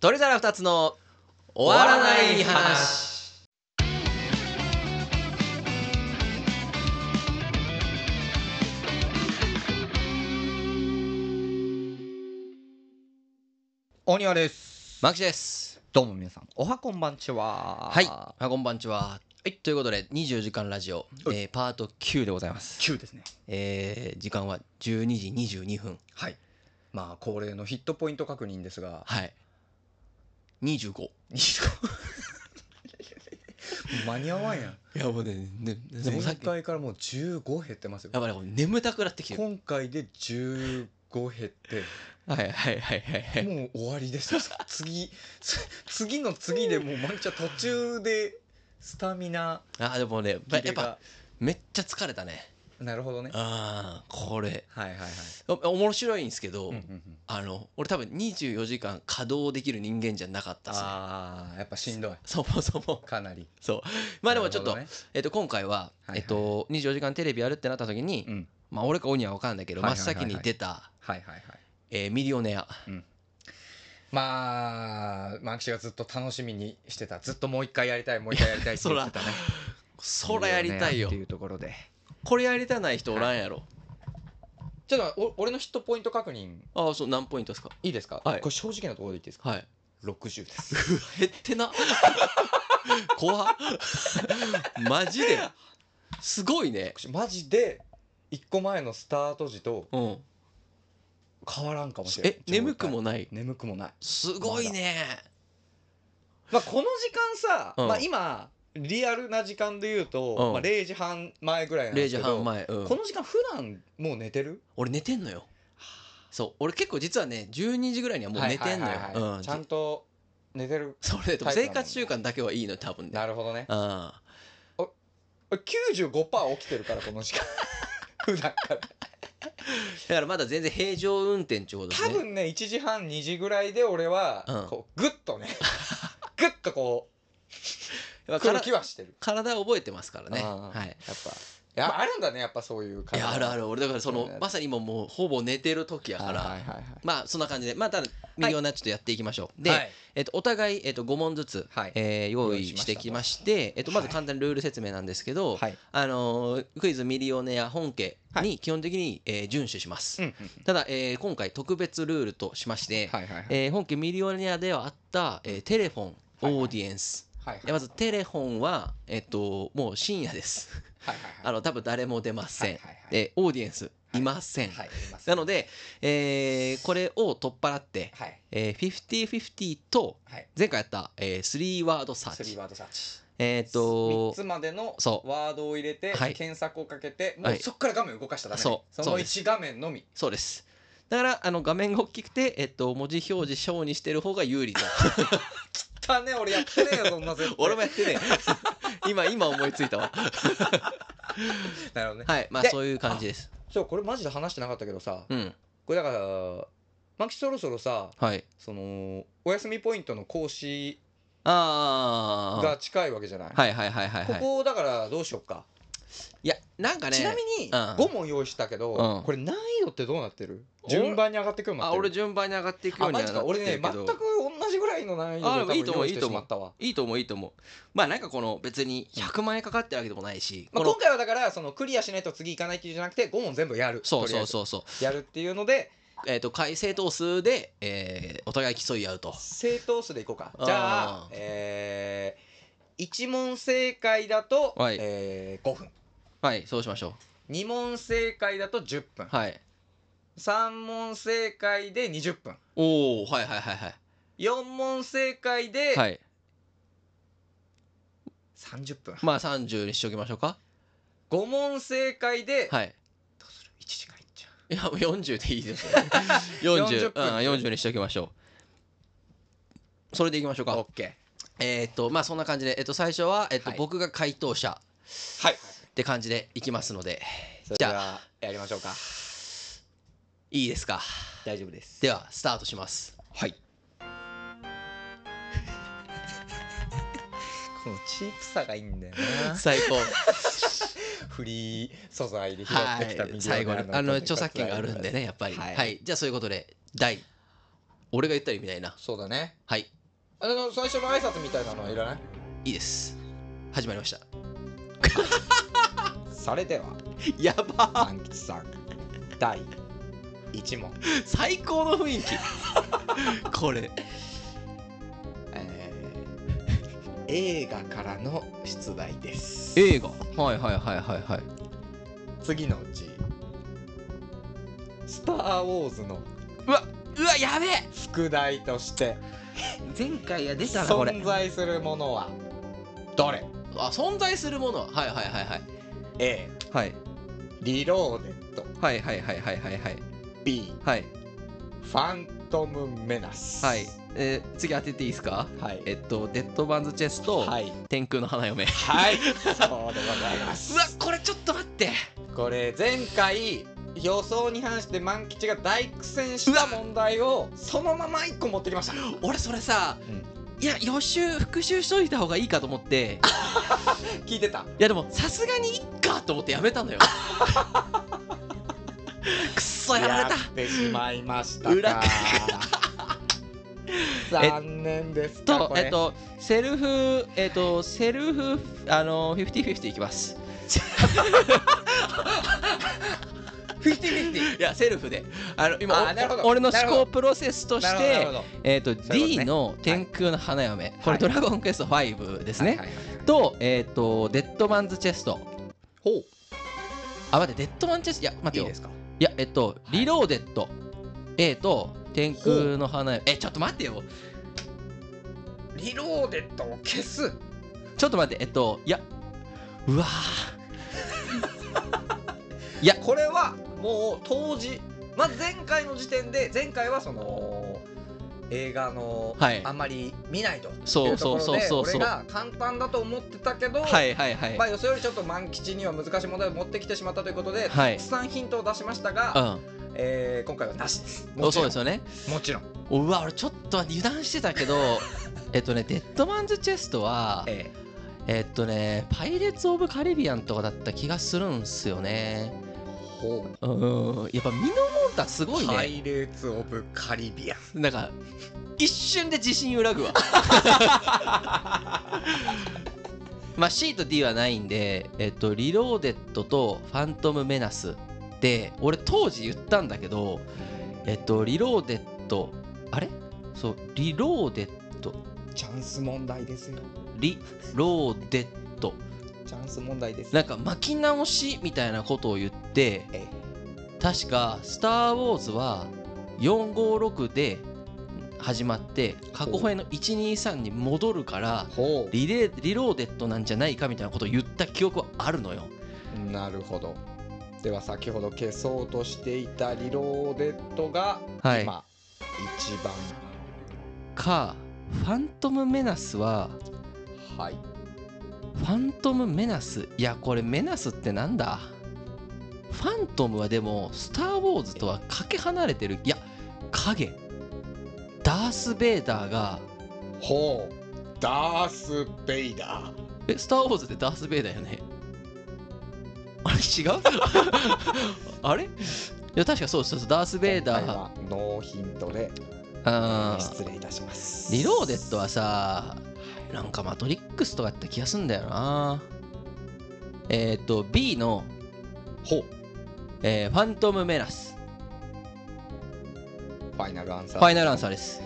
鳥皿二つの終わらない話。大庭ですマキシです。どうも皆さんおはこんばんちははい、あこんばんちは。はい、ということで、24時間ラジオ、おいえーパート9でございます。 9ですねえー時間は12時22分。はいまあ恒例のヒットポイント確認で すがはい。25。い間に合わんやんや、もうね、ねもうさっき、や前っ回からもう15減ってますよぱりこう眠たくなってきてる。今回で15減っはいはいはいはいはてい。もう終わりですよ 次つ次の次でもうまんちゃん途中でスタミナあー、でもね、やっぱ切れやっぱがめっちゃ疲れたね。なるほどねああ、これ。はいはいはいお面白いんですけど、うんうんうんあの、俺多分24時間稼働できる人間じゃなかったですね。あーやっぱしんどいそもそも。かなりそう。まあでもちょっと、なるほえっと、今回は、いはいえっと、24時間テレビやるってなった時に、どねうんまあ俺か鬼は分かんないけど、はい真はっいはいは先いに出た、はいはいはいえーミリオネア。まあマキシがずっと楽しみにしてたずっともう一回やりたいもう一回やりたいって言ってたねそらやりたいよって。いうところでこれやりたない人おらんやろ。ちょっとお俺のヒットポイント確認ああ、そう、何ポイントですかいいですか、はいこれ正直なところで言っていいですかはい。 60ですうわ 減ってな。怖っマジで。すごいね。マジで一個前のスタート時とうん。変わらんかもしれないえ、眠くもない。眠くもないすごいね。まあこの時間さ、うんまあ今リアルな時間で言うと、うんまあ、0時半前ぐらいなんで0す時けど半前。うんこの時間普段もう寝てる俺寝てんのよ。そう。俺結構実はね、12時ぐらいにはもう寝てんのはいはいはいはいよ。うんちゃんと寝てるそれで生活習慣だけはいいのよ多分ねなるほどねうん95%起きてるからこの時 間普段からだからまだ全然平常運転っちゅうことです多ね分ね1時半2時ぐらいで俺はうんこうグッと ねグッとこやうっぱ来るから気はしてる体覚えてますからねあーはいやっぱやっぱあるんだねやっぱそういういやあるあるる俺だからそそうのねまさに今もうほぼ寝てる時やだかはらいはいはいまあそんな感じでまあただミリオナちょっとやっていきましょうではいえっとお互いえっと5問ずつはいえー用意してきましてえっとまず簡単にルール説明なんですけどはいあのークイズミリオネア本家に基本的にえー遵守しますうんうんただえー今回特別ルールとしましてはいはいはいえー本家ミリオネアではあった、えーテレフォンはいはいオーディエンス、はいでまずテレフォンは、えっと、もう深夜です、はいはいあの多分誰も出ません、はいはいはいでオーディエンスいません、はいなので、えーこれを取っ払って、はいえー、50/50とはい前回やった、えー、3ワードサースリーチワードサーチえーっと3つまでのそワードを入れてはい検索をかけてもはういそこから画面を動かしたらダメねそうそそうのです1画面のみそうですだからあの画面が大きくて、えっと、文字表示小にしてる方が有利 とだね俺やってねえよそんな絶対 俺もやってね今今思いついたわなるほどねはいまあでそういう感じですそうこれマジで話してなかったけどさうんこれだからマキそろそろさはいそのお休みポイントの講師あが近いわけじゃない、あはいはいはいはいはいここをだからどうしよっか、いやなんかねちなみうにん5問用意したけど、うんこれ難易度ってどうなってる俺順番に上がってくるのあ俺順番に上がっていくよあうにはマなっジてか俺ねるけ全どく同じぐらいの難易あで度もいいでと思ういいと思多分用意してしうまったわいいと思ういいと思うまあなんかこの別に100万円かかってるわけでもないし、まあ、この今回はだからそのクリアしないと次行かないっていうじゃなくて5問全部やるそうそううそうそうやるっていうのでえっ、と改正等数で、えーお互い競い合うと正答数でいこうかあーじゃあえー、1問正解だと、はいえー、5分はいそうしましょ2問正解だと10分うはい3問正解で20分おおはいはいはいは4問正解でいはい30分、まあ30にしときましょうか5問正解で、はいどうする1時間いっちゃういやもう40でいいですよ 40, 40分うん、40にしときましょうそれでいきましょうかオッケえーっとまあそんな感じで、えっと、最初は、えっとはい僕が回答者ーはいって感じでいきますのでそれじでゃあはやりましょうかいいですか大丈夫ですではスタートしますはい このチープさがいいんだよな最 高フリー素材で拾っはてきたミリ いオネア最後にあの著作権があるんでねねやっぱりは、はいいじゃあそういうことで第俺が言ったら意味ないなそうだねはいあの最初の挨拶みたいなのはいらないいいです始まりましたそれではやば安吉さん第1問最高の雰囲気 これえ ー映画からの出題です映画はいはいはいはいはい次のうち「スター・ウォーズ」のうわうわやべえ副題として前回は出たなこれ存在するものはどれあ存在するものははいはいはいはい ?A はいリローデッドはいはいはいはいはいはい B はいファントム・メナスはいえー次当てていいですかはいえっとデッドバンズチェスト、はい天空の花嫁うはいそうでございますわこれちょっと待ってこれ前回予想に反して万吉が大苦戦した問題をそのまま1個持ってきました俺それさ、うんいや予習復習しといた方がいいかと思って聞いてたいやでもさすがにいっかと思ってやめた のよくっそやられたってしまいました裏か か残念ですかとこれえっとセルフえっとセルフあのフィフティフィフティいきますフィフティフィフティいやセルフであのあ今ーなるほどお俺のなる思ほど考プロセスとしなるてほどえっとそういうことね D の「天空の花嫁」こはれ「いドラゴンクエスト5」ですね、はいはいはいとえっ、とデッドマンズチェストほうあ待ってデッドマンズチェストいや待っていよいですかいやえっとはいリローデッド、A と天空の花嫁えちょっと待ってよリローデッドを消すちょっと待ってえっといやうわーいやこれはもう当時まず前回の時点で前回はその映画のはいあんまり見ないとそういうところでそうそうそうそう俺が簡単だと思ってたけど、はいはいはい、まあ、予想よりちょっと満吉には難しい問題を持ってきてしまったということで、はいたくさんヒントを出しましたうが、んえー今回はなしですおもちそうろんですよねもちろん、おうわ俺ちょっと油断してたけど えっとねデッドマンズチェストはええっとねパイレーツ・オブ・カリビアンとかだった気がするんすよねーほううんやっぱミノモンタすごいね、パイレーツ・オブ・カリビアンなんか一瞬で自信揺らぐわまあ C と D はないんで、えっと、リローデッドとファントムメナスで俺当時言ったんだけどえっとリローデッドあれそうリローデッドチャンス問題ですよリローデッドチャンス問題ですなんか巻き直しみたいなことを言ってえー確か「スター・ウォーズ」は456で始まって過去編の123に戻るからほリレーリローデッドなんじゃないかみたいなことを言った記憶はあるのよ。うなるほどでは先ほど消そうとしていたリローデッドがはい今一番かファントム・メナスははい、ファントム・メナスいやこれメナスってなんだファントムはでも「スター・ウォーズ」とはかけ離れてるいや影ダース・ベイダーがほうダース・ベイダーえ、スター・ウォーズってダース・ベイダーよねあれ違う あれいや、確かそうそうそう、ダース・ベイダ今回ー。はノーヒントであー失礼いたしますリローデッドはさ、なんかマトリックスとかやった気がすんだよな。えっ、ー、と、B の、ほうえーファントム・メラス。ファイナルアンサフーァイナルアンサー です。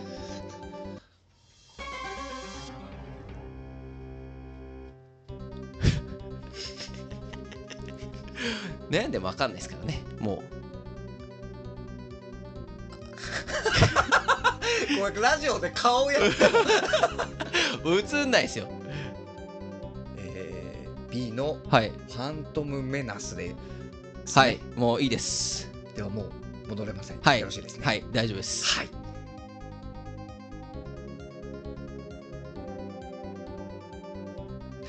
悩んでもわかんないですからね、もう。これラジオで顔やってる、 映んないですよえー、B のはいファントム・メナスでですねはいもういいですではもう戻れませんはいよろしいですねはい大丈夫ですはい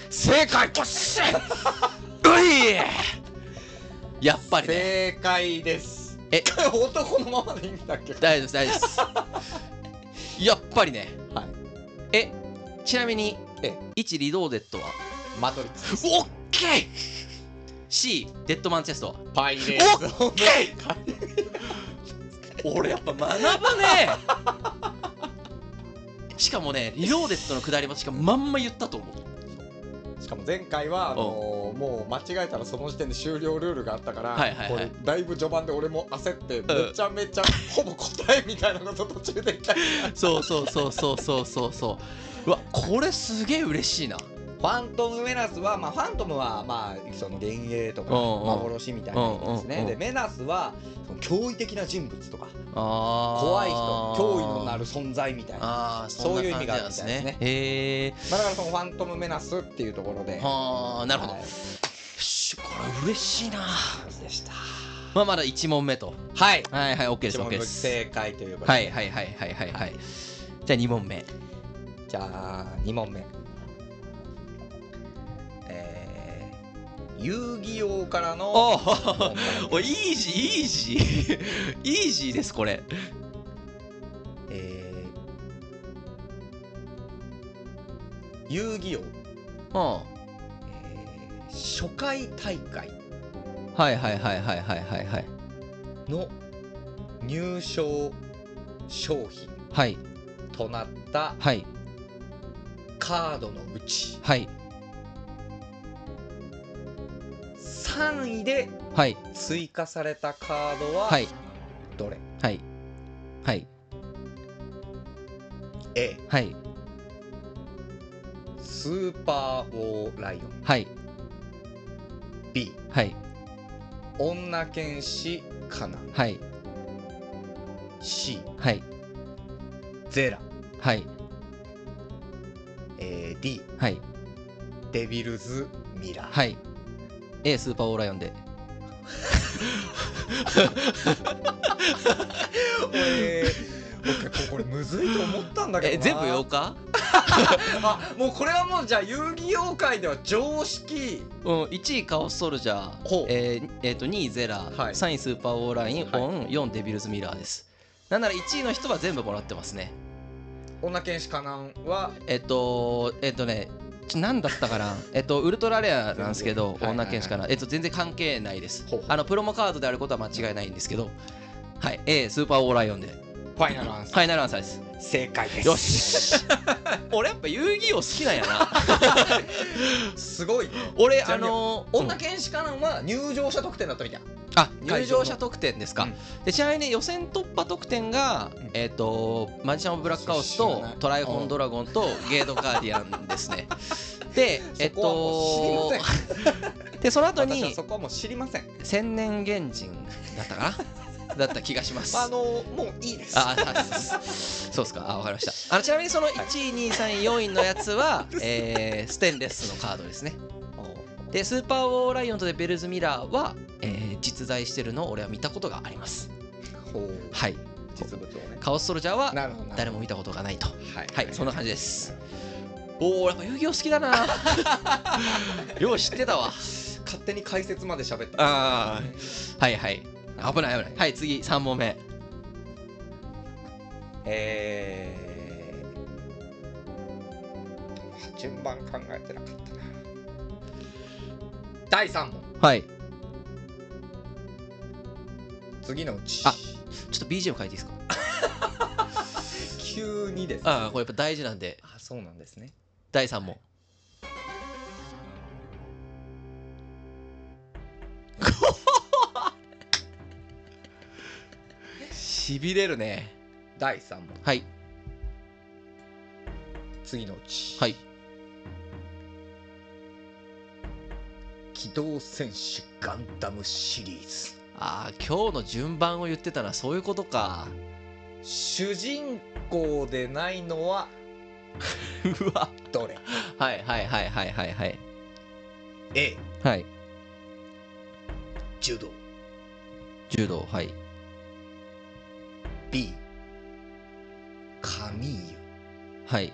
正解おっし ゃういやっぱりね正解ですえ男のままでいいんだっけ大丈夫です大丈 夫ですやっぱりねはいえちなみにえ1リローデッドはマトリックスですオッケー C デッドマンチェストはパイレーオッケー俺やっぱ学ばねえ しかもねリローデットの下りもしかもまんま言ったと思う しかも前回はあのーもう間違えたらその時点で終了ルールがあったから、はいはいはいこれだいぶ序盤で俺も焦ってめちゃめちゃほぼ答えみたいなこと 途中で言ったりそうそうそうそうそうそうそううわこれすげえ嬉しいなファントムメナスは、まあ、ファントムは、まあ、その幻影とかうんうん幻みたいな意味ですね、うんうんうんでメナスはその驚異的な人物とかあー怖い人脅威のなる存在みたいな、あーそういう意味があるみたいですそんねな感じなんへえまあ、だからそのファントムメナスっていうところではあなるほど、はいしこれ嬉しいな感じでしたまあまだ1問目とはいはいはい OK です一 OK 問目です正解ということで、はいはいはいはいはいはいじゃあ2問目じゃあ2問目えー、遊戯王からのおー問題 おイージーイー ジーイージーですこれえー遊戯王うんはえー初回大会いはいはいはいはいはいはいの入賞商品はいとなったはいカードのうちはい3位ではい追加されたカードははいどれ、はいはい ?A はいスーパーウォーライオンはい B はい女剣士カナはい C はいゼラ、はいえー D はいデビルズミラー、はい A スーパーオーライオンでえー僕これむずいと思ったんだけどえな全部8日あもうこれはもうじゃあ遊戯王界では常識うん、1位カオスソルジャーほう、えーえーと2位ゼラ、はい3位スーパーオーライン、はいオン4デビルズミラーですなんなら1位の人は全部もらってますね女剣士カナンはえっ、とえっ、とねちょ何だったかな えっとウルトラレアなんですけど全然はい女剣士かな、えっと全然関係ないですほうほうあのプロモカードであることは間違いないんですけどはい A スーパーオーライオンでフファイナルアンサー、ァイナルアンサーです正解ですよし俺やっぱ遊戯王好きなんやなすごいね俺ちなあみにのー女剣士カナンは入場者得点だったみたいあ会場の入場者特典ですか、うんでちなみに予選突破特典が、んえっ、とマジシャン・オブ・ブラック・カオス知らとないトライフォン・ドラゴンとゲード・ガーディアンです ねでえっ、そこはもとう知りませんでその後私はにそこはもう知りませんま千年原人だったかなだった気がしますああのもういいですああそうですかあわかりましたあのちなみにその1位2位3位4位のやつ は、えーステンレスのカードですねでスーパーウォーライオンとデベルズミラーは、えー実在してるのを俺は見たことがありますほうはい実物をねカオスソルジャーはなるほどな誰るほも見たことがないと。どはいはい、そんな感じです。おお、やっぱ遊戯王好きだ な。よう知ってたわ。勝手に解説まで喋ってあはいはい。危ない危ない。はい、次、3問目。えー順番考えてなかったな第3問はい。次のうちあちょっと BGM 書いていいですか急にですああ、これやっぱ大事なんで、あそうなんですね第3問。 しびれるね。第3問はい。次のうち、はい。機動戦士ガンダムシリーズああ、今日の順番を言ってたのはそういうことか。主人公でないのは うわ。どれはいはいはいはいはいはい A はい柔道柔道はい B カミーユはい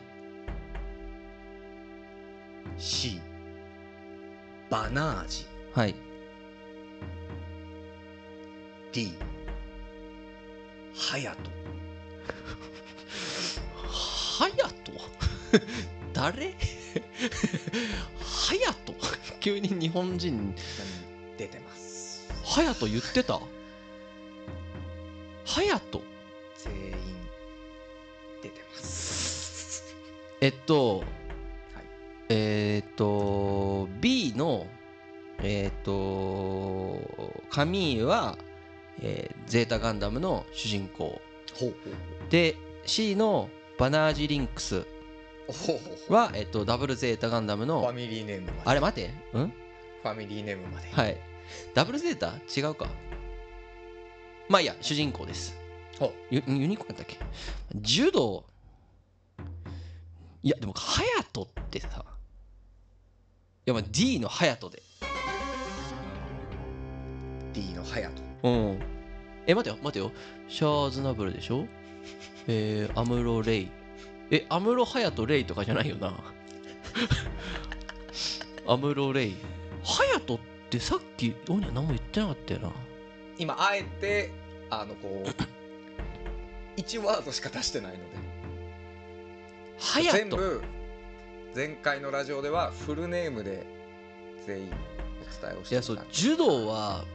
C バナージはい D ハヤトはやと 誰はやと 急に日本人出てますはやと言ってたはやと全員出てますえっと、はいえーっと B のえーっとカミーは、えーゼータガンダムの主人公ほうで C のバナージリンクスほうほうほうは、えっと、ダブルゼータガンダムファのミリーネームまであれ待てうんファミリーネームまでいはいダブルゼータ違うかまあいいや主人公ですほユユニコーンだったっけ柔道いやでも隼人ってさいやまあ D の隼人でう D のハヤトうんえ待てよ待てよシャーズナブルでしょえー、アムロ・レイえアムロ・ハヤト・レイとかじゃないよ なアムロ・レイハヤトってさっきオニャ何も言ってなかったよな今あえてあの こう1ワードしか出してないのでハヤ全ト部前回のラジオではフルネームで全員お伝えをしいてやいたそんうで柔道は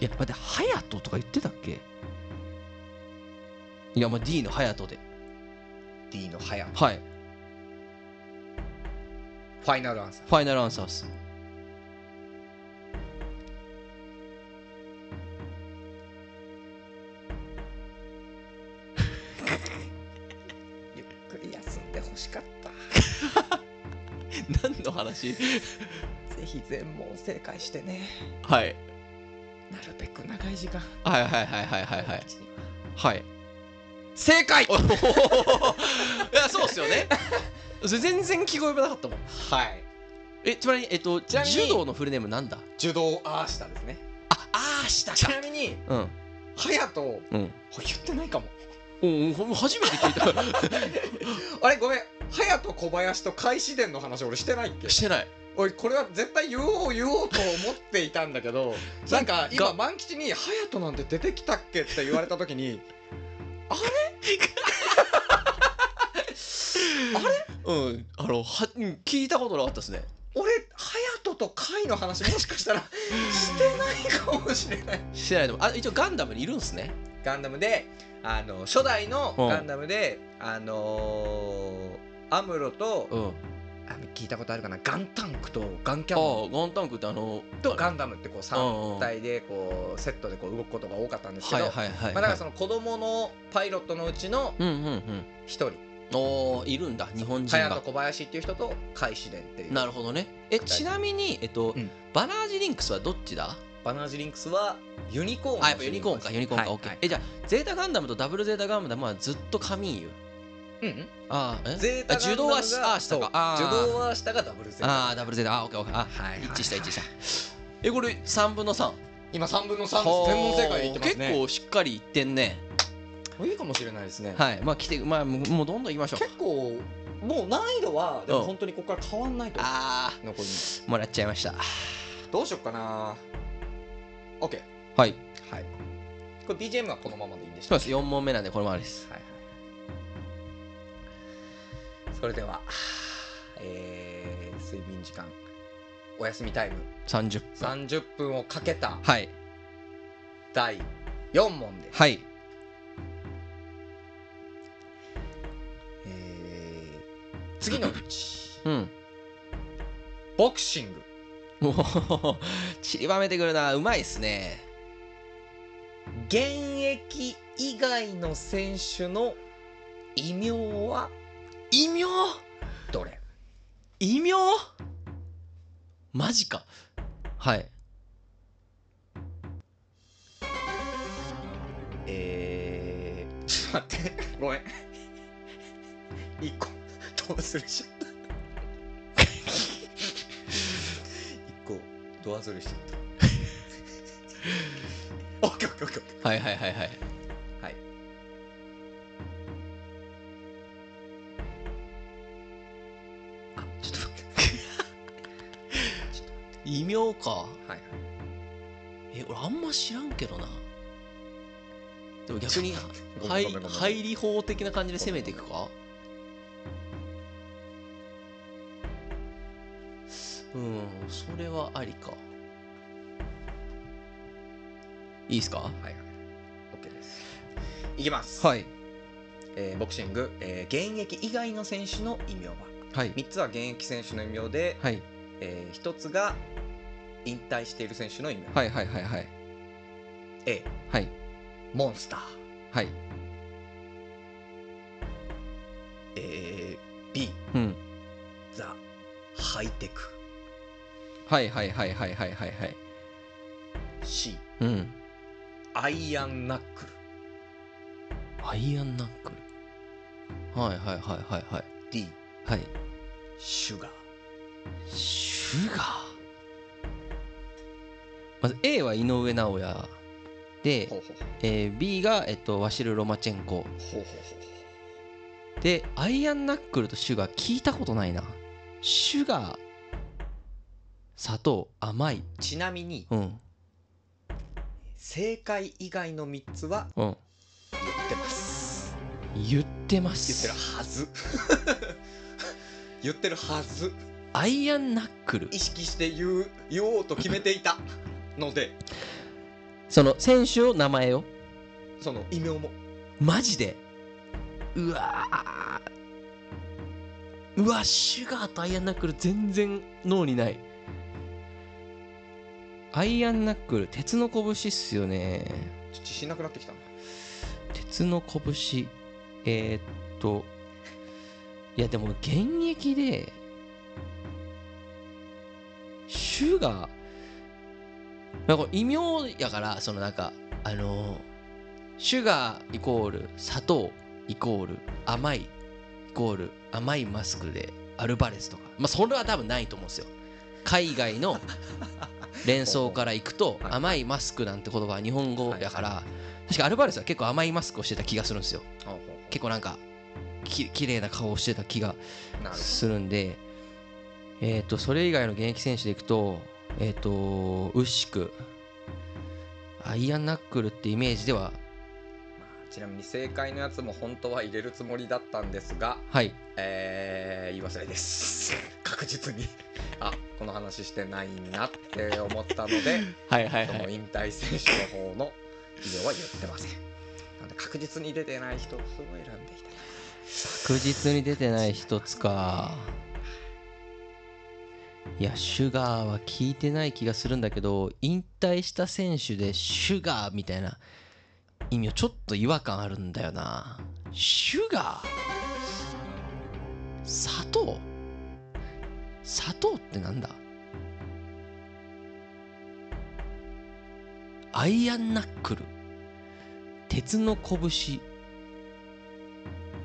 いや待って隼人とか言ってたっけいやまあ D の隼人で D のハヤトはいファイナルアンサーファイナルアンサーっすゆっくり休んでほしかった 何の話 ぜひ全問正解してねはいなるべく長い時間はいはいはいはいはいはいはい正解おおいやそうっすよねそれ全然聞こえなかったもんはいえちなみにえっとちなみに柔道のフルネームなんだ受動アーシタですねああーしたちなみにうんハヤトうん言ってないかもおおほん初めて聞いた あれごめんハヤト小林と開始伝の話俺してないっけしてないおいこれは絶対言おう言おうと思っていたんだ けどなんか今が万吉に「隼人なんて出てきたっけ?」って言われた時にうんあのはうん聞いたことなかったですね俺隼人と甲斐の話もしかしたらしてないかもしれない してないでもあ一応ガンダムにいるんすねガンダムであの初代のうんガンダムで、あのーアムロと、うんああの聞いたことあるかなガンタンクとガンキあャノンーガンタンクってあのとガンダムってこううんうん3体でこうセットでこう動くことが多かったんですけはいど、はいはいはいまあ、だからその子供のパイロットのうちのうんうんうん一人おーいるんだ日本人隼が人小林っていう人と海紫蓮っていうなるほどねえちなみにえっと、うんバナージリンクスはどっちだバナージリンクスはユニコーンのあやっぱユニコーンかユニコーンか、はいオッケーはいえじゃあゼータガンダムとダブルゼータガンダムはずっと神湯うんうんああえゼータガンダムあが柔道はあしたかそうあー柔道はしたがダブルゼータあーダブルゼータあーオッケーオッケーあはい一致した一致したたえこれ3分の3今3分の3です全問正解いってます結ね構しっかりいってんね結構いいかもしれないですね、はいまあ来てまあもうもうどんどんいきましょう結構もう難易度はでうもん本当にここから変わんないと思うあ残りにあもらっちゃいましたどうしよっかな OK はいはいこれ BGM はこのままでいいんでしそょうです4問目なんでこのままですはいはい、それでは、えー睡眠時間お休みタイム30分30分をかけたはい第4問です、はいえー次のうち うんボクシングもう散りばめてくるなうまいっすね現役以外の選手の異名は異名どれ異名マジかはいえー、ちょっと待ってごめん一個どうするしちゃった一個どうするしちゃ ったオッケーオッケーオッケーオッケはいはいはいはいーはいあち ょっと待って異名かはいはいえ俺あんま知らんけどなでも逆にごめ入んごめんごめん入り法的な感じで攻めていくかうんそれはありかいいっすかはいはいオッケーですいきますはいえーボクシング、えー現役以外の選手の異名ははい3つは現役選手の異名で、はいえ1つが引退している選手の異名、はいはいはいはい A はいモンスター、はいえー B うんザ・ハイテクはいはいはいはいはいはいはい C うんアイアンナックルアイアンナックルはいはいはいはいはい D はいシュガーシュガーまず A は井上尚弥で、ほうほうえー B が、えっと、ワシル・ロマチェンコほうほうほでアイアンナックルとシュガー聞いたことないなシュガー砂糖甘いうちなみにうん正解以外の3つはうん言ってます言ってま言ってするはず 言ってるはずアイアンナックル意識して言う言おうと決めていたのでその選手を名前をその異名もマジでうわーうわシュガーとアイアンナックル全然脳にないアイアンナックル鉄の拳っすよねちょっと自信なくなってきたな鉄の拳えー、っといやでも現役でシュガーなんか異名やからそのなんかあのーシュガーイコール砂糖イコール甘いイコール甘いマスクでアルバレスとかまあそれは多分ないと思うんですよ海外の連想からいくとはい甘いマスクなんて言葉は日本語やかはいら確かアルバレスは結構甘いマスクをしてた気がするんですよ結構なんかき綺麗な顔をしてた気がなるするんでえっ、とそれ以外の現役選手でいくとえっ、とウッシクアイアンナックルってイメージではまあちなみに正解のやつも本当は入れるつもりだったんですがはいえー、言い忘れです確実にあこの話してないなって思ったの ではいはいその引退選手の方の異名は言ってませんなので確実に出てない人を選んでいただき確実に出てない一つかいやシュガーは聞いてない気がするんだけど引退した選手でシュガーみたいな意味はちょっと違和感あるんだよなシュガー砂糖砂糖ってなんだアイアンナックル鉄の拳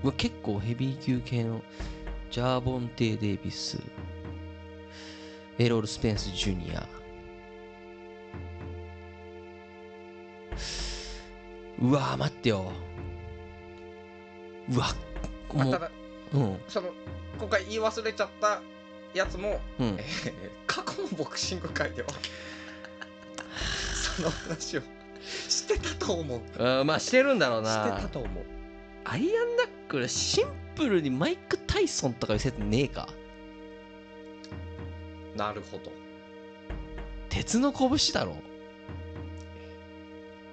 うわ結構ヘビー級系のジャーボンテイ・デイビスエロール・スペンス・ジュニアうわー待ってようわまもうすただうんその今回言い忘れちゃったやつも、 うんえー過去のボクシング界では その話をしてたと思うしてうんまあしてるんだろうたなと思うアイアンナックルシンプルにマイク・タイソンとかいう説ねえかなるほど鉄の拳だろ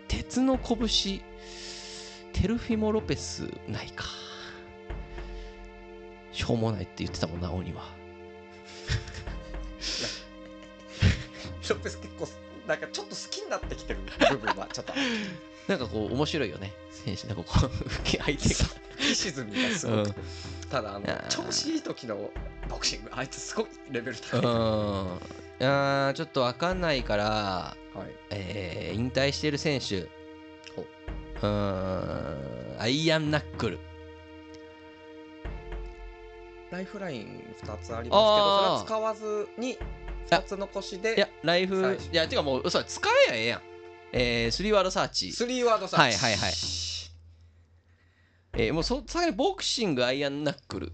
鉄の拳テルフィモ・ロペスないかしょうもないって言ってたもんな鬼はロペス結構なんかちょっと好きになってきてる部分はちょっとあるなんかこう面白いよね選手なんかこ う受け相手が沈みがすごく、うんただあのあー調子いい時のボクシングあいつすごいレベルう高い、はんあーちょっと分かんないからい、えー引退してる選手ほううーんアイアンナックルライフライン2つありますけどそあれーは使わずに2つ残しいやでライ最フい初やてかもうそれ使えやええやんえー、スリーワードサーチ3ワードサーチはいはいはいえーもうそさらにボクシングアイアンナックル、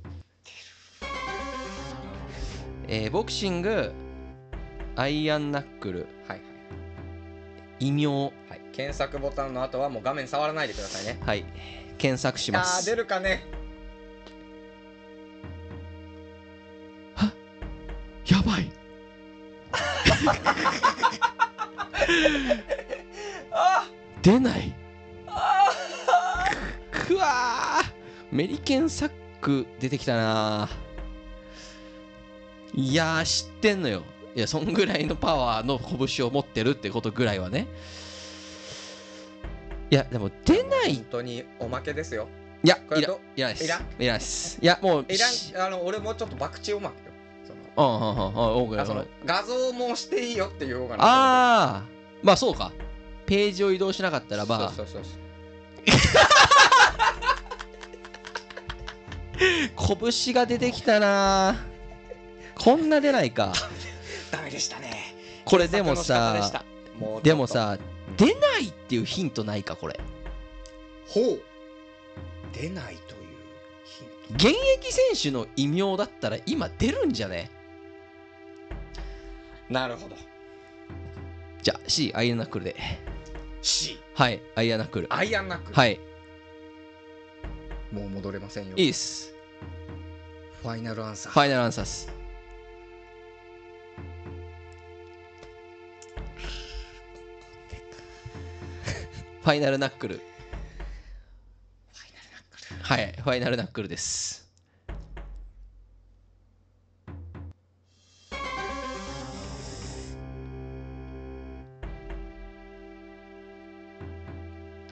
えーボクシングアイアンナックルはいはい異名はい、検索ボタンの後はもう画面触らないでくださいね。はい検索しまあーす出るかね。やばいあ出ないーあくわーメリケンサック出てきたな。いやー、知ってんのよ。いや、そんぐらいのパワーの拳を持ってるってことぐらいはね。いや、でも出ない。い本当におまけですよや、こいられどいらないです。いいららないです。いや、もう、いらんしあの俺もちょっと博打おまけよそのうんうんうんうん、おうごめんあごそめんの画像もしていいよっていう方があー、まあそうか。ページを移動しなかったらば、そうそうそうそう拳が出てきたな。こんな出ない か。ダメでしたねこれでも検索の仕方でしさ。たもうちょっとでもさ出ないっていうヒントないかこれほう出ないというヒント現役選手の異名だったら今出るんじゃねなるほどじゃあ C アイアンナックルで C はいアイアンナックルアイアンナック、はいもう戻れませんよいいっすファイナルアンサーファイナルアンサーっすファイナルナックルはいファイナルナックルです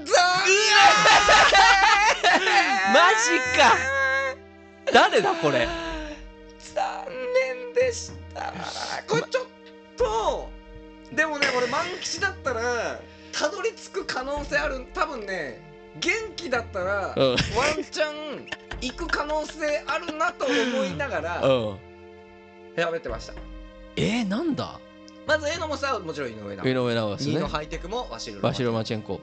マジか誰だこれ残念でしたこれちょっとでもね俺満吉だったらたどり着く可能性ある多分ね元気だったら、うんワンチャン行く可能性あるなと思いながらうんやめてましたえー、なんだまずえのもさもちろん井上尚上弥野上野です2ねのハイテクもワシルロマバンシロマチェンコ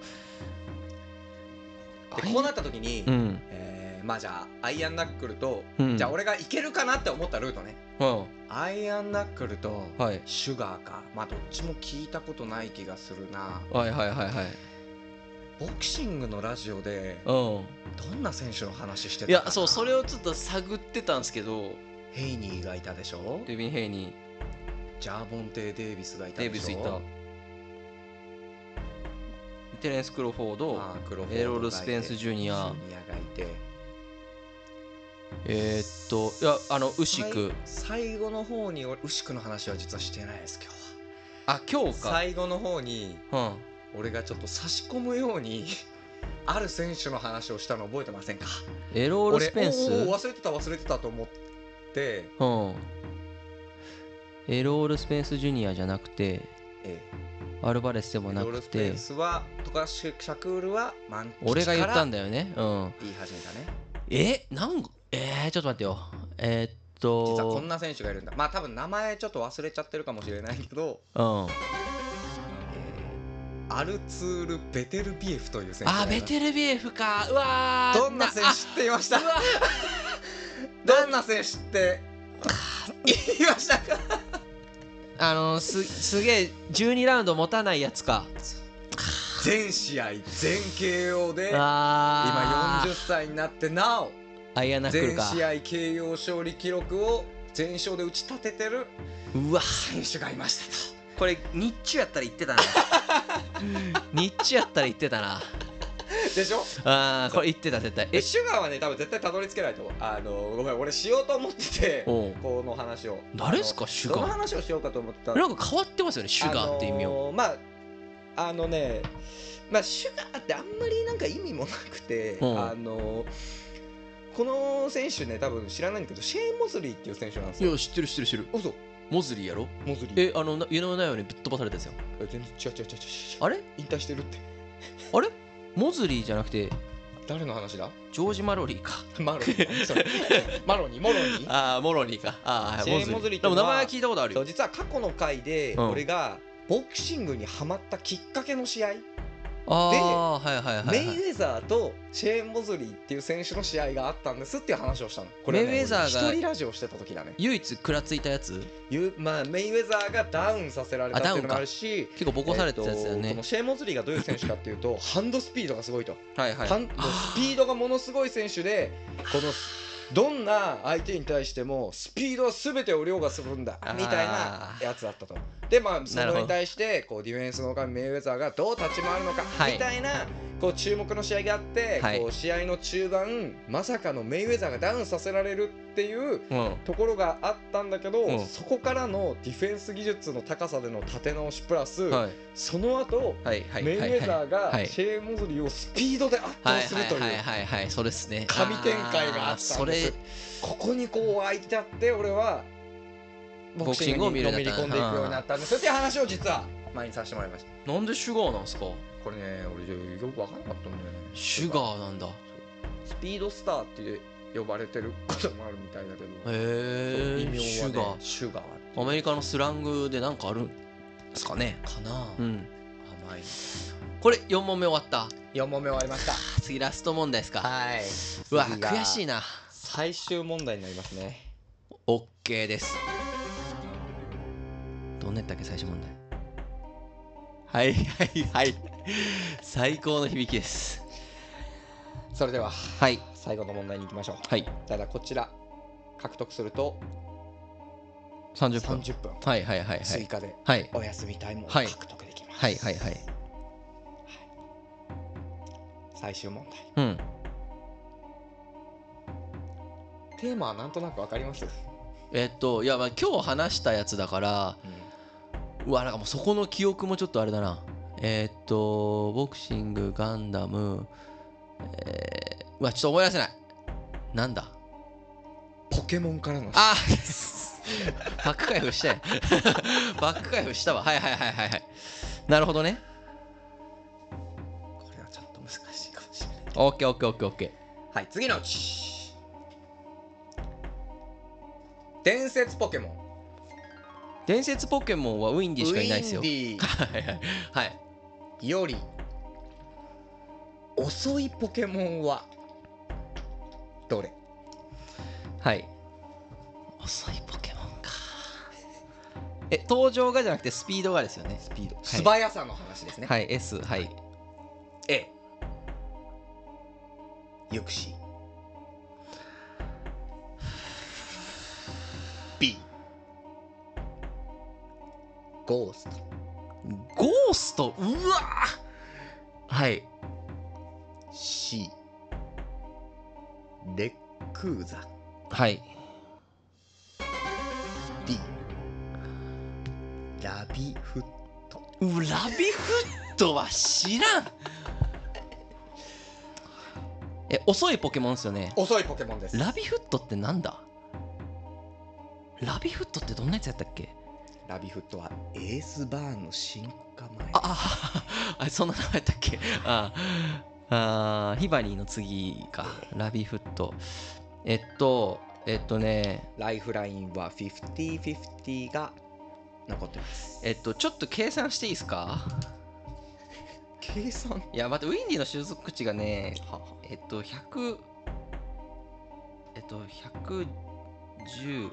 でこうなった時に、うんえーまあじゃあアイアンナックルと、うんじゃあ俺がいけるかなって思ったルートねうんアイアンナックルとはいシュガーかまあどっちも聞いたことない気がするなはいはいはいはいボクシングのラジオでうんどんな選手の話してたいかなやそうそれをちょっと探ってたんですけどヘイニーがいたでしょデビン・ヘイニージャーボンテイ・デイビスがいたデイでビしスいょたテレンス・クロフォードまあクロフォードがいてエロール・スペンス・ジュニアジュニアがいてえー、っといやあのウシク最最後の方に俺牛久の話は実はしてないです今日あ今日はか最後の方にうん俺がちょっと差し込むように ある選手の話をしたの覚えてませんかエロール・俺スペンスおーおー忘れてた忘れてたと思って、うんエロール・スペンス・ジュニアじゃなくてえアルバレスでえもなローくルスてペースはとかシャシャクールは満喫俺が言ったんだだよねうん言い始めたねえなんえー、ちょっと待ってよえー、っと実はこんな選手がいるんだまあ多分名前ちょっと忘れちゃってるかもしれないけど、うんえーアルツール・ベテルビエフという選手があいベますテルビエフかうわーどんな選手って言いましたなあうわ どんな選手って 言いましたかあのすすげえ12ラウンド持たないやつか全試合全 KO で今あ40歳になってなお今40アイアンナックル全か試合 KO 勝利記録を全勝で打ち立ててるうわ選手がいましたとこれ日中やったら言ってたな 日中やったら言ってたな でしょあーこれ言ってた絶対えシュガーはね多分絶対たどり着けないと思うあのごめん俺しようと思ってておうこの話を誰っすかあのシュガーどの話をしようかと思ってたなんか変わってますよねシュガーって意味を、をまああのねまあシュガーってあんまりなんか意味もなくてうんあのこの選手ね多分知らないんだけどシェーン・モズリーっていう選手なんですいよや知ってる知ってる知ってるおそうモズリーやろモズリーえあのな家のないようにぶっ飛ばされたやつやんえ全然違う違う違う違う違うあれ引退してるってあれモズリーじゃなくて誰の話だジョージ・マロリーか マロニ ーそれマロニーモロニーああモロリーかああシェーンモズリーっでてもいうの名は前は聞いたことあるそうよ実は過去の回でうん俺がボクシングにハマったきっかけの試合、ああーはいはいはい、はい、メイウェザーとシェーン・モズリーっていう選手の試合があったんですっていう話をしたのこれはね、メイウェザーが俺一人ラジオしてた時だね唯一くらついたやつゆまあ、メイウェザーがダウンさせられたっていうのもあるし結構ボコされてたやつだよえっとねこ、のシェーン・モズリーがどういう選手かっていうとハンドスピードがすごいと、はいはハンもうスピードがものすごい選手でこのどんな相手に対してもスピードは全てを凌駕するんだあーみたいなやつだったと。でまあそなるほれどに対してこうディフェンスのメイウェザーがどう立ち回るのかはいみたいな、こう注目の試合があって、はいこう試合の中盤まさかのメイウェザーがダウンさせられるっていううんところがあったんだけど、うんそこからのディフェンス技術の高さでの立て直しプラス、はいその後はいはいメイウはいェザーがはいシェーン・モズリーをスピードで圧倒はいするという、はいはいはいはいそれですね神展開があったんですーそれここにこう開いちゃって俺はボボククシシンンググをを見見るるのようになっためり込んでいくようになったんですよっていう話を実は前にさせてもらいましたなんでシュガーなんですかこれね俺よく分かんなかったんだよねシュガーなんだへスピードスターって呼ばれてることもあるみたいだけどえ、そう異名はねシュガーシュガーアメリカのスラングでなんかあるんですかねカかなうん甘いこれ4問目終わった4問目終わりましたあ次ラスト問題ですかはいうわ悔しいな最終問題になりますね OK ですどんなやったっけ最初問題はいはいはい最高の響きですそれでははい最後の問題に行きましょうはいただこちら獲得すると30分30分はいはいはいは追い加ではいお休みタイムをはい獲得できます、はいはいはい最終問題うんテーマはなんとなくわかります、えっといやまあ今日話したやつだからうわなんかもうそこの記憶もちょっとあれだなえーっとボクシングガンダムえー、うわちょっと思い出せないなんだポケモンからのあバック回復したよバック回復したわはいはいはいはいはいなるほどねこれはちょっと難しいかもしれないオッケーオッケーオッケーオッケはい次のうち伝説ポケモンー伝説ポケモンはウィンディしかいないですよウィンデはいはいはいィより遅いポケモンはどれはい遅いポケモンかえ登場がじゃなくてスピードがですよねスピード素早さの話ですね、はい、S はい A ユクシ B ゴーストゴーストうわはい C レックーザはい D ラビフットうラビフットは知らんえ遅いポケモンですよね遅いポケモンですラビフットってなんだラビフットってどんなやつやったっけラビフットはエースバーンの進化前あああ れそんな名前やったっけあああーヒバリーの次かラビフットえっとえっとねライフラインは50-50が残ってますえっとちょっと計算していいですか計算いや待ってウィンディの収束値がねはえっと、100、えっと、110、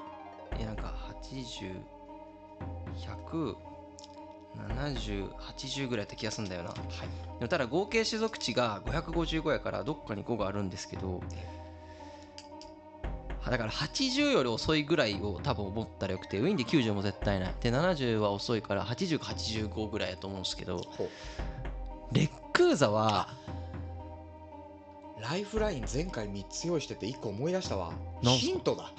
いや、なんか、80、100、70、80ぐらいやった気がするんだよな。ではいもただ、合計種族値が555やから、どっかに5があるんですけど、あだから80より遅いぐらいを多分思ったらよくて、ウィンで90も絶対ない。で、70は遅いから、80か85ぐらいやと思うんですけど、ほうレックーザは、ライフライン前回3つ用意してて1個思い出したわなんすかヒントだ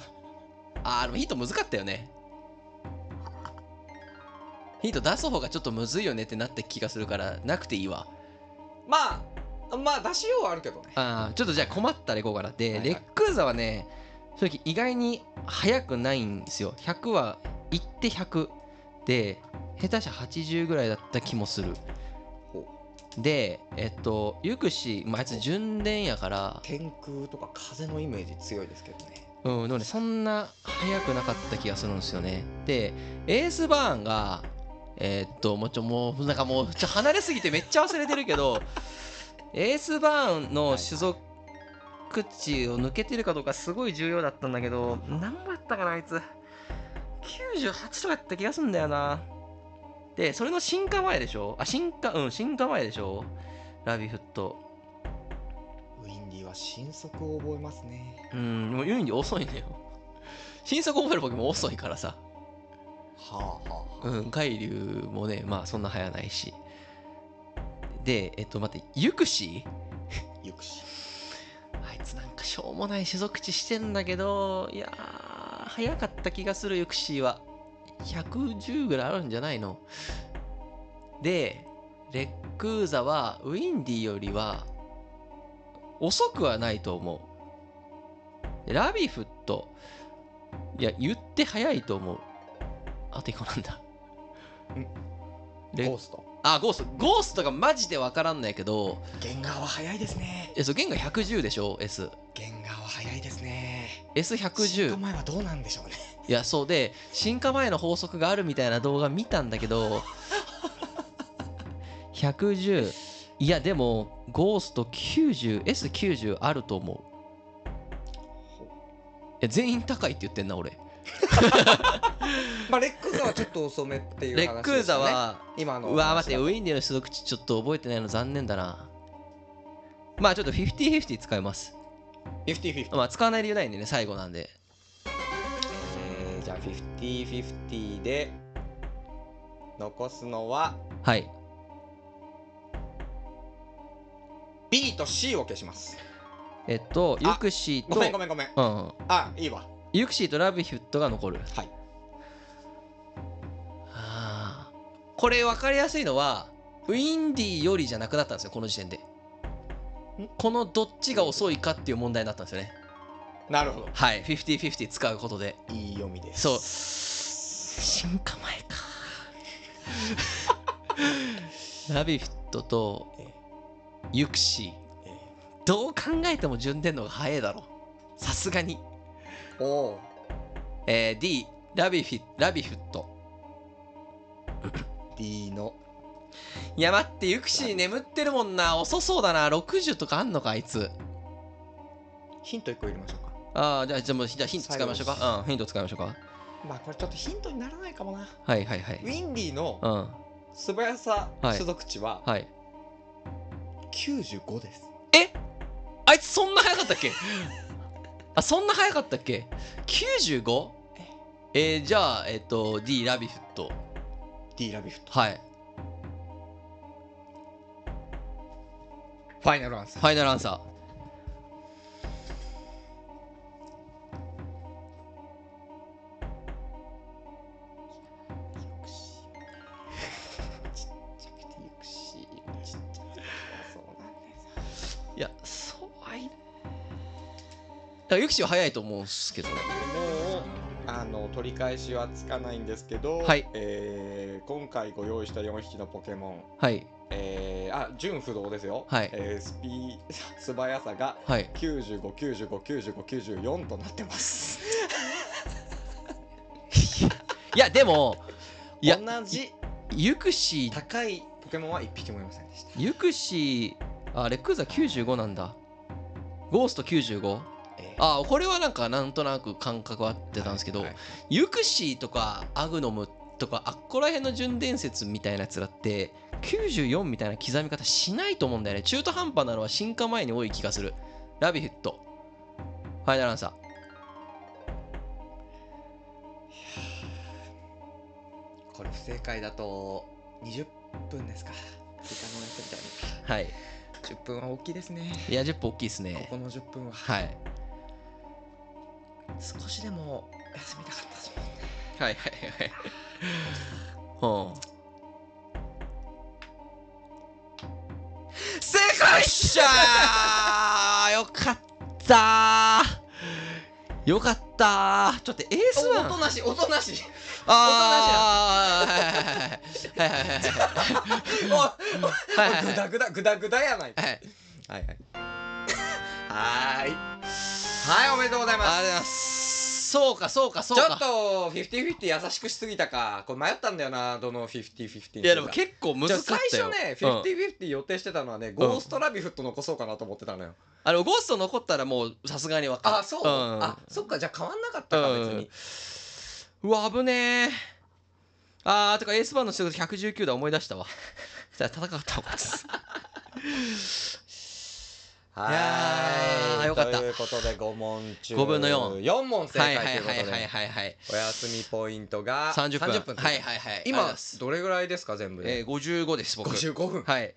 あーでもヒント難かったよねヒント出す方がちょっとむずいよねってなった気がするからなくていいわまあまあ出しようはあるけどねあーちょっとじゃあ困ったらいこうかなで、はいはいレックーザはね正直意外に速くないんですよ100は行って100で下手したら80ぐらいだった気もするほでえっとユクシまああいつ順伝やから天空とか風のイメージ強いですけどねうん、でもね、そんな速くなかった気がするんですよね。で、エースバーンが、えーっと、もうちょ、もう、なんかもう、ちょ、離れすぎて めっちゃ忘れてるけど、エースバーンの種族地を抜けてるかどうかすごい重要だったんだけど、何もやったかな、あいつ。98とかやった気がするんだよな。で、それの進化前でしょあ、進化、うん、進化前でしょラビフット。ウィンディギーは新速を覚えますねうんもうユニ遅いのよ新作覚えるポケモン遅いからさはあはあはうん海流もねまあそんな早ないしでえっと待ってユクシーあゆくしあいつなんかしょうもない種族値してんだけどいやー早かった気がするユクシーは110ぐらいあるんじゃないのでレックーザはウィンディよりは遅くはないと思うでラビフットいや言って早いと思うあと一個なんだんレゴーストあゴーストゴーストがマジで分からんないけどゲンガーは早いですねえそう弦が110でしょ S ゲンガーは早いですね S110 前はどうなんでしょうね いやそうで進化前の法則があるみたいな動画見たんだけど110いやでもゴースト 90S90 あると思うえ全員高いって言ってんな俺まあレックーザはちょっと遅めっていう話レックーザは今のうわ待ってウィンディの所属地ちょっと覚えてないの残念だなまあちょっと50-50使いますィフティフィフまあ使わない理由ないんでね最後なんでえーじゃあフィフティフィフティで残すのははい B と C を消しますえっとユクシーごめんごとめんごめんうんあいいわユクシーとラビフットが残るはいあーこれ分かりやすいのはウィンディよりじゃなくなったんですよこの時点でこのどっちが遅いかっていう問題になったんですよねなるほどはい50-50使うことでいい読みですそう進化前か ラビフットとえーユクシーえどう考えても順天の方が早いだろさすがに、ーおおえー D ラビフィラビフット D のいや待ってユクシー眠ってるもんな遅そうだな60とかあんのかあいつヒント1個入れましょうかああじゃあじゃあもうじゃあヒント使いましょう最後かうんヒント使いましょうかまあこれちょっとヒントにならないかもなはいはいはウいィンディのうん素早さはい所属値ははい95ですあいつそんな早かったっけあそんな早かったっけ 95? えー、じゃあえっ、と D ラビフット D ラビフトはいファイナルアンサーファイナルアンサよくしちっちゃくてよくしちっちゃくてそうなんですよーいやそうはいだからユクシーは早いと思うんですけどねもうあの取り返しはつかないんですけど、はいえー今回ご用意した4匹のポケモン、はいえーあ純不動ですよ、はいえースピ ー素早さがはい95959594となってますいやでもいや同じユクシー高いポケモンは1匹もいませんでしたユクシーあレックーザ95なんだゴースト 95? えーあこれはなんかなんとなく感覚は合ってたんですけど、はいユクシーとかアグノムとかあっこら辺の順伝説みたいなやつらって94みたいな刻み方しないと思うんだよね中途半端なのは進化前に多い気がするラビフットファイナルアンサーこれ不正解だと20分ですか時間のやつみたいなはい10分は大きいですねいや10歩大きいですこねこの10分ははい少しでも休みたかったですもんねはいはい はいはい。うん。正解っしゃーよかったーよかったーちょっとエースワンおとなしいおとなしいあーはいはいはいはいはいはいおはいはいはいいグダグダグダグダやないかはいはいはいはーいはいおめでとうございますありがとうございますそうかそうかそうちょかっとフィフティフィフティ優しくしすぎたかこれ迷ったんだよなどのフィフティフィフテいィやでも結構難じゃしあかったよ最初ねフうんィフティフィフティ予定してたのはね、ゴーストラビフット残そうかなと思ってたのよあのゴースト残ったらもうさすがに分かるあそう、んあそっかじゃあ変わんなかったか別に、うわ危ねえあーてかエースバーンの仕事119だ思い出したわじゃあ戦ったわこいついやーよかったということで5問中5分の4 4問正はい解はいというこはとで、いはいはいはいお休みポイントが30分分はいはいはいありがとうござい今ますどれぐらいですか全部えで、ー、55です僕55分はいなる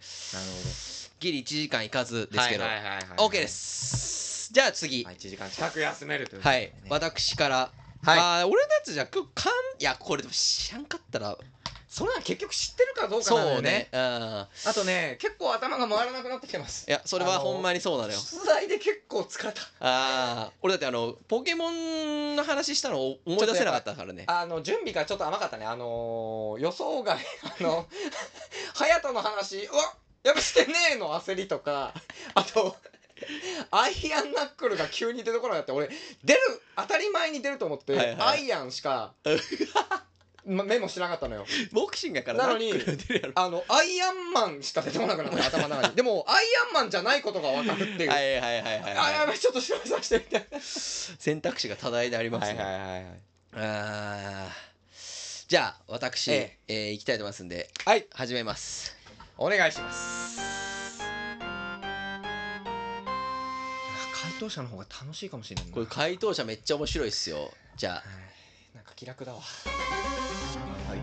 ギリ1時間いかずほどですけどはいはいはいはい OK ですじゃあ次はい、1時間近く休めるということはでいね、私から、はいあー俺のやつじゃ今日かんいやこれでも知らんかったらそれは結局知ってるかどうかなんだそようねねうんいあとね結構頭が回らなくなってきてますやそれはほんまにそうなのよ出題で結構疲れたああ俺だってあのポケモンの話したのを思い出せなかったからねあの準備がちょっと甘かったねあのー、予想外 あの隼人の話うわやっぱしてねえの焦りとかあとアイアンナックルが急に出てこなかった俺出る当たり前に出ると思って、はいはいアイアン しかまメモしなかったのよボクシングやからなのにナックル出るやろあのアイアンマンしか出てこなくなった頭の中にでもアイアンマンじゃないことが分かるっていう、はいはいはいはいあやはいばいちょっと調べさせてみたいな選択肢が多大でありますねいはいはいあーじゃあ私、ええー行きたいと思いますんではい始めますお願いします回答者の方が楽しいかもしれないこれ回答者めっちゃ面白いっすよじゃあなんか気楽だわはい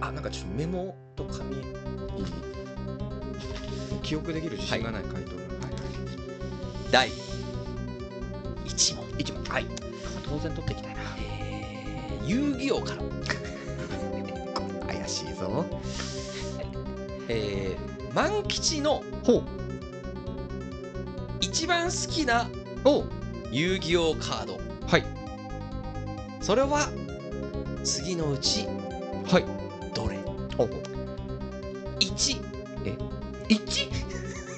あなんかちょっとメモと紙記憶できる自信がない回答第1問一問はい当然取っていきたいなえー遊戯王から、怪しいぞえー、万吉のほう一番好きなお遊戯王カードはいそれは次のうちはいどれお ?1 一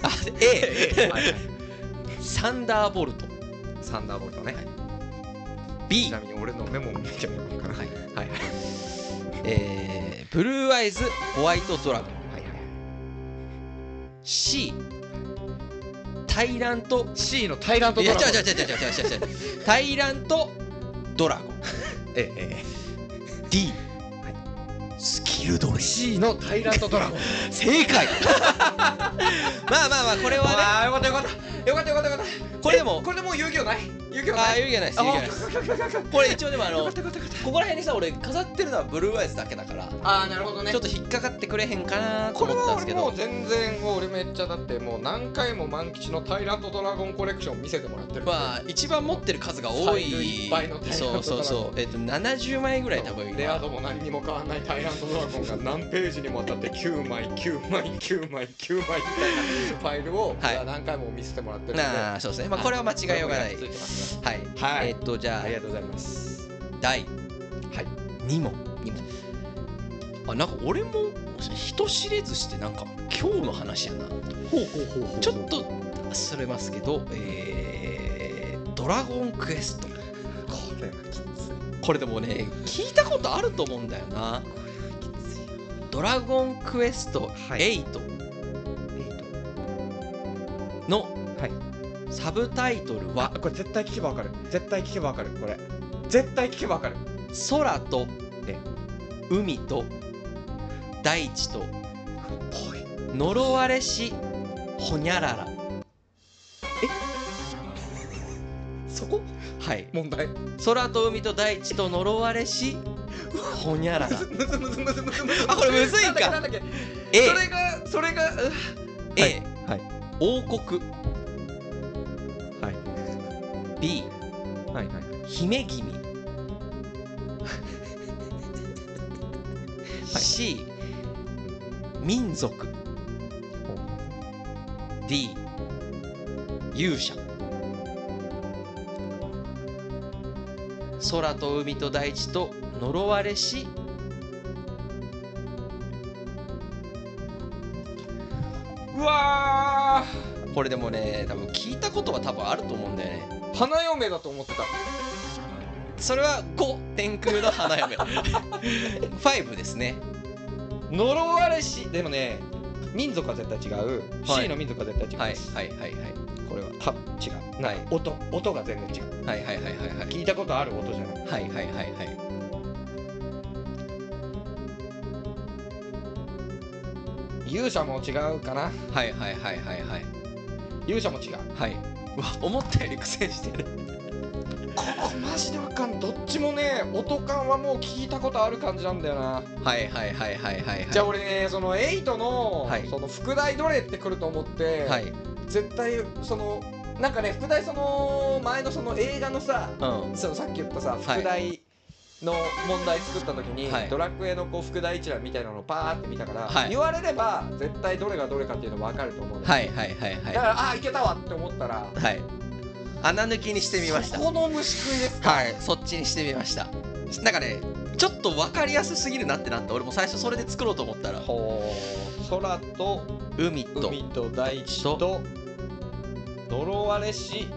あ A サンダーボルトサンダーボルトね B ちなみに俺のメモも見てみようかなはいはいはいえーブルーアイズホワイトドラゴンはいはい C タイラント C のタイランいトドやラ違う違ゴンう違う違う違う違う違うタイラントド ラゴンえええ D スキルドえ C のタイラントドラゴン正解 まあまあまあこれはね ああよかったよかったよかったよかったよかったこれでもこれでもう遊戯王ない遊戯王あなあい言うじゃないですあ言うじゃないですこれ一応でもあのよこかったよかったよか っこら辺にさ俺飾ってるのはブルーアイズだけだからたああなるほどねちょっと引っかかってくれへんかなとこれ思ったんはですけ俺もどう全然もう俺めっちゃだってもう何回も満吉のタイラントドラゴンコレクション見せてもらってるんでまあ一番持ってる数が多ファイルいいっぱいのタイラントドラそゴうンそうそうえっと70枚ぐらい多分今レア度も何にも変わんないタイラントドラゴンが何ページにもわたって9枚9枚9枚9枚みたいなファイルをはい何回も見せてもらってるんで、なあそうですねまあこれは間違いようがないはこれもやっついてますいねはいえっとじゃあありがとうございます第はい2問あなんか俺も人知れずしてなんか今日の話やなほうほうほうほうちょっとそれますけどえードラゴンクエストこれはきついこれでもね聞いたことあると思うんだよなドラゴンクエストはい8のはいサブタイトルあはこれ絶対聞けばわかる絶対聞けばわかるこれ絶対聞けばわかる空とえ海と大地とおい呪われしほにゃららそこはい問題空と海と大地と呪われしほにゃらむらずむずむずむずむずむずあこれむずいかなんだっけなんだっけ A それがそれがうわ A はい王国はい B はいはい姫君 C 民族 D 勇者空と海と大地と呪われしうわこれでもね多分聞いたことは多分あると思うんだよねー花嫁だと思ってたそれは5天空の花嫁5ですね呪われしでもね民族は絶対違う、はい C の民族は絶対違う、はいはいはいはいこれは多分違う、はいなんか音音が全然違うはいはいはいはいはい聞いたことある音じゃないはいはいはいはい勇者も違うかなはいはいはいはいはい勇者も違うはいうわ思ったより苦戦してるここマジでわかんどっちもね音感はもう聞いたことある感じなんだよなはいはいはいはいはいはいじゃあ俺ねそのエイトの、はいその副題どれってくると思って、はい絶対そのなんかね副題その前のその映画のさうんそのさっき言ったさい副題の問題作った時に、はいドラクエのこう副題一覧みたいなのをパーって見たから、はい言われれば絶対どれがどれかっていうの分かると思うのよ、はいはいはいはいだからああいけたわって思ったらはい穴抜きにしてみましたそこの虫食いですか、はいそっちにしてみましたなんかねちょっと分かりやすすぎるなってなって俺も最初それで作ろうと思ったらほう空と海と海と大地と呪われし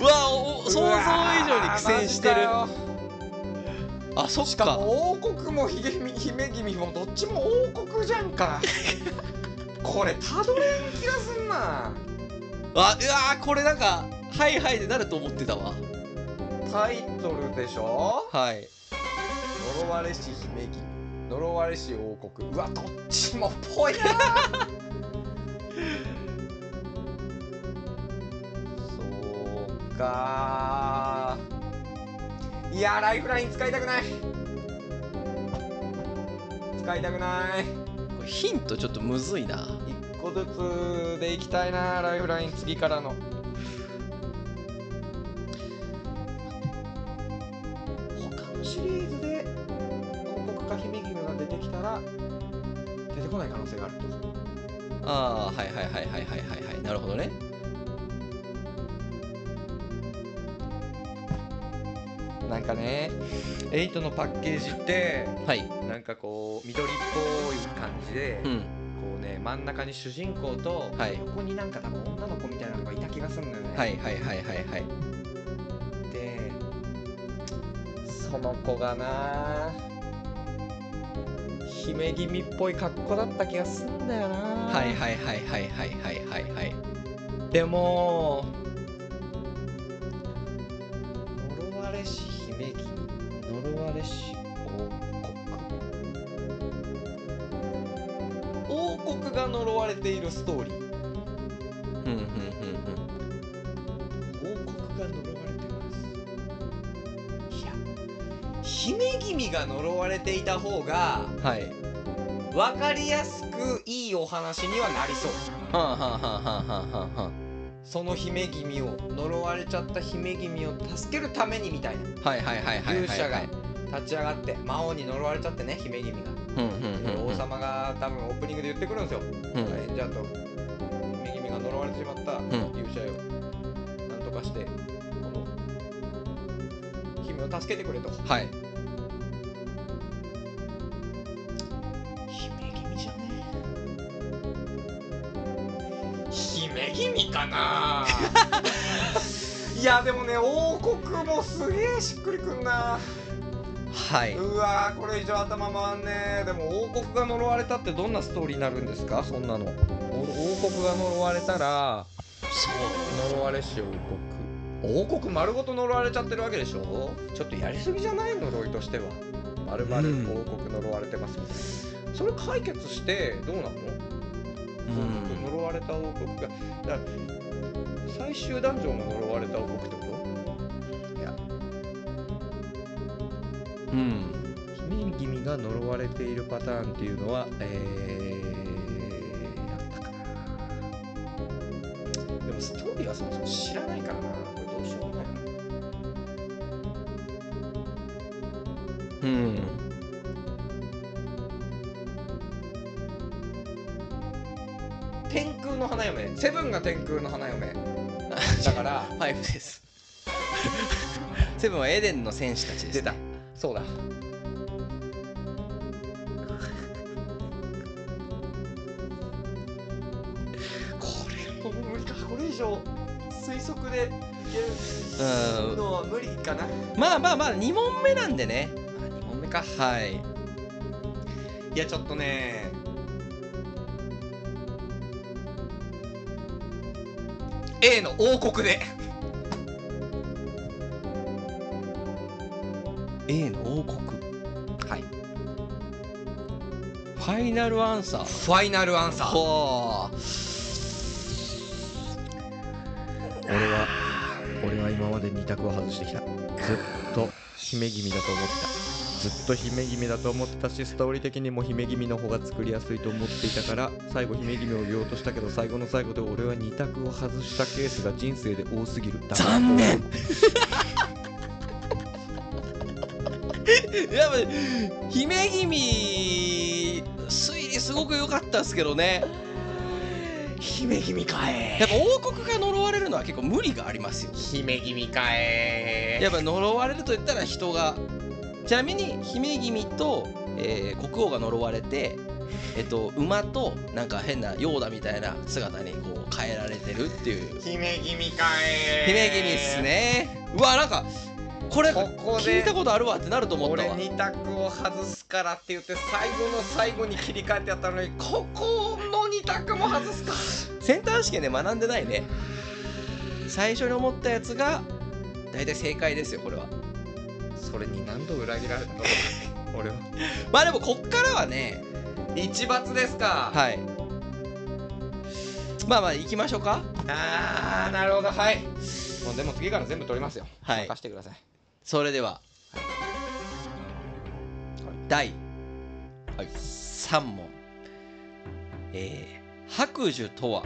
うわおお想像以上に苦戦してるうわーマジかよあそっしかかも王国もひげみ姫君もどっちも王国じゃん かこれたどれん気がすんなあうわーこれなんかはいはいでなると思ってたわタイトルでしょはい呪われし姫君呪われし王国うわどっちもぽいな そうかいやライフライン使いたくない使いたくないこれヒントちょっとむずいな一個ずつでいきたいなライフライン次からの他のシリーズで王国か姫君が出てきたら出てこない可能性があるってことああはいはいはいはいはいはいはいなるほどねなんかね8のパッケージってはいなんかこう緑っぽい感じで、うこんうね真ん中に主人公と、はい横になんか多分女の子みたいなのがいた気がするんだよね、はいはいはいはいはいでその子がな姫君っぽい格好だった気がすんだよなはいはいはいはいはいはいはいはいでも呪われし姫君呪われし王国王国が呪われているストーリうーんうんうん王国が呪われてますいや姫君が呪われていた方がうんはいは分かりやすくいいお話にはなりそうあはあはあはあはあはその姫君を呪われちゃった姫君を助けるためにみたいなあはいはいはいはいはい勇者はがい立ち上がって魔王に呪われちゃってね姫君がうんうんうんうん王様が多分オープニングで言ってくるんですようんレンジャーと姫君が呪われてしまったん勇者よなんとかしてこの姫を助けてくれとはい姫君じゃね姫君かな いやでもね王国もすげえしっくりくんなはいうわーこれ以上頭回んねえでも王国が呪われたってどんなストーリーになるんですかそんなのお王国が呪われたら呪われし王国王国丸ごと呪われちゃってるわけでしょちょっとやりすぎじゃない呪いとしては丸々うん王国呪われてますみたいな、それ解決してどうなの、うん呪われた王国がだから最終ダンジョンが呪われた王国ってこといやうん姫君が呪われているパターンっていうのはえー、あったかなでもストーリーはそもそも知らないからなこれどうしようもないなうん天空の花嫁セブンが天空の花 嫁だからファイブです。 セブンはエデンの戦士たちです、出た。そうだこれもう無理かこれ以上推測でいけるのは無理かなまあまあまあ二問目なんでね。あ2問目かはい。いやちょっとねー A の王国で A の王国。はいフファイナルアンサーファイナルアンサーはあ俺は俺は今まで2択を外してきたずっと姫君だと思ってたずっと姫君だと思ってたしストーリー的にも姫君の方が作りやすいと思っていたから最後姫君を言おうとしたけど最後の最後で俺は2択を外したケースが人生で多すぎる残念 やっぱ姫君推理すごく良かったですけどね姫君かえやっぱ王国が呪われるのは結構無理がありますよ姫君かえやっぱ呪われると言ったら人がちなみに姫君と、えー国王が呪われて、えっと、馬となんか変なヨーダみたいな姿にこう変えられてるっていう姫君かえ姫君っすねうわなんかこれここで聞いたことあるわってなると思ったわ俺2択を外すからって言って最後の最後に切り替えてやったのにここの2択も外すかセンター試験で学んでないね最初に思ったやつが大体正解ですよこれはそれに何度裏切られたの俺はまあでもこっからはね一罰ですかはいまあまあ行きましょうかあーなるほどはいもうでも次から全部取りますよはい任してくださいそれでは、第3問、えー白寿とは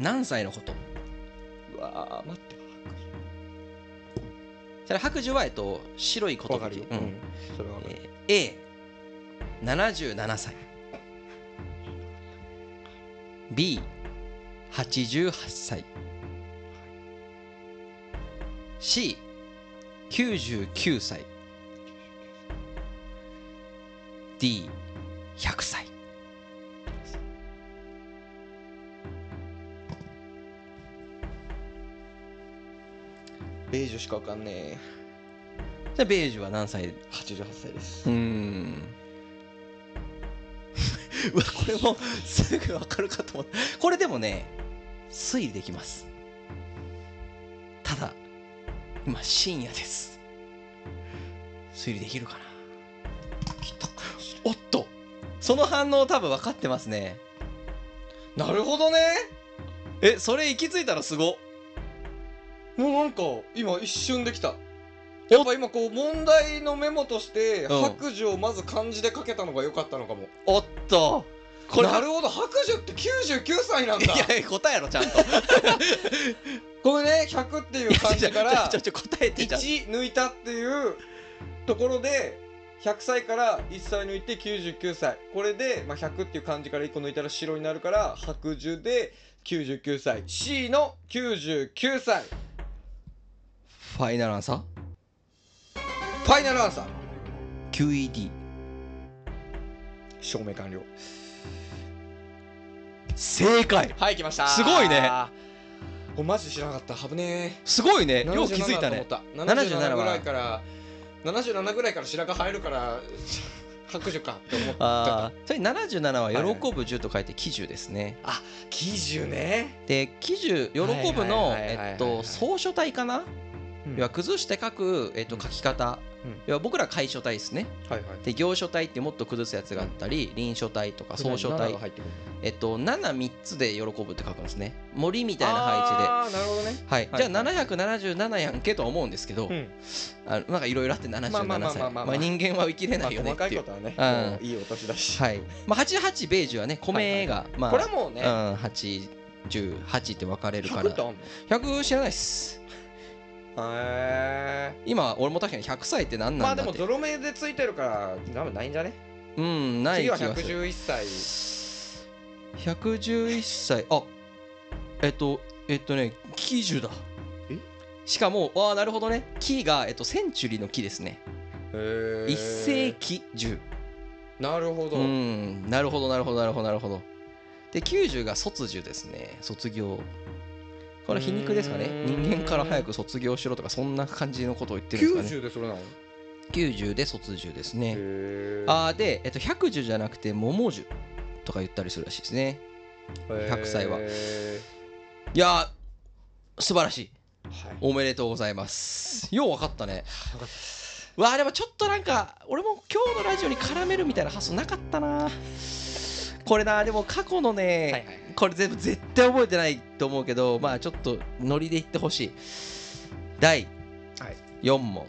何歳のことうわー待ってそれ白寿は、えっと、白いことわかるよ、うんそれはわかるえー A77 歳 B88 歳 C99 歳 D100 歳ベージュしかわかんねえじゃあベージュは何歳88歳ですうーん うわこれもすぐ分かるかと思ったこれでもね推理できますただ今深夜です推理できるかなおっとその反応多分分かってますねなるほどねえそれ行き着いたらすごもうなんか今一瞬できたやっぱ今こう問題のメモとしてうん白寿をまず漢字で書けたのが良かったのかも、おっとこれなるほど白寿って99歳なんだいやいや答えやろちゃんとこれね100っていう漢字から ちょちょちょ答えてじゃん1抜いたっていうところで100歳から1歳抜いて99歳これで、まあ、100っていう漢字から1個抜いたら白になるから白寿で99歳 C の99歳ファイナルアンサーファイナルアンサー QED 証明完了正解はい来ましたすごいねおマジ知らなかった危ねすごいねえよう気77づいたねだと思った77 77ぐらいから77ぐらいから白髪生えるから白寿かって思ってあたーそれ77いはいは喜ぶ十と書いて喜寿ですね、喜寿ねで喜寿喜ぶのはいはいはいはいはいえっと草書体かな、うん要は崩して書く、えっうと、ん書き方、うん要は僕ら楷書体ですねはいはいで行書体ってもっと崩すやつがあったり臨書体とか草書体入ってくるえっと73つで喜ぶって書くんですね森みたいな配置で。ああなるほどねはい、はいじゃあ777やんけとは思うんですけど、あのなんかいろいろあって77まあ歳まあまあまあまあまあ人間は生きれないよねまあ、って細かいいうことはね、うんもういいお年だし、はいまあ、88ベージュはね米が、まあこれはもうね、うん、818って分かれるから100ってあんの100知らないっすへえ今俺も確かに100歳って何まなあんでだって、もゾロ目でついてるから多分ないんじゃねうんない次気はがする111歳111歳あえっとえっとね喜寿だえしかもああなるほどね木が、えっと、センチュリーの木ですねへえ一世紀寿なるほうど、んなるほどなるほどなるほどなるほどで90が卒寿ですね卒業これ皮肉ですかねうーん人間から早く卒業しろとかそんな感じのことを言ってるんですかね90でそれなのへ 90, で卒寿ですね、えあーで、えっと、百樹じゃなくて桃樹とか言ったりするらしいですね100歳はへいやー素晴らしいーはいおめでとうございますよう分かったねうわあれはちょっとなんか俺も今日のラジオに絡めるみたいな発想なかったなこれなでも過去のね、はいはいこれ全部絶対覚えてないと思うけどまあちょっとノリで言ってほしい第はい4問、はい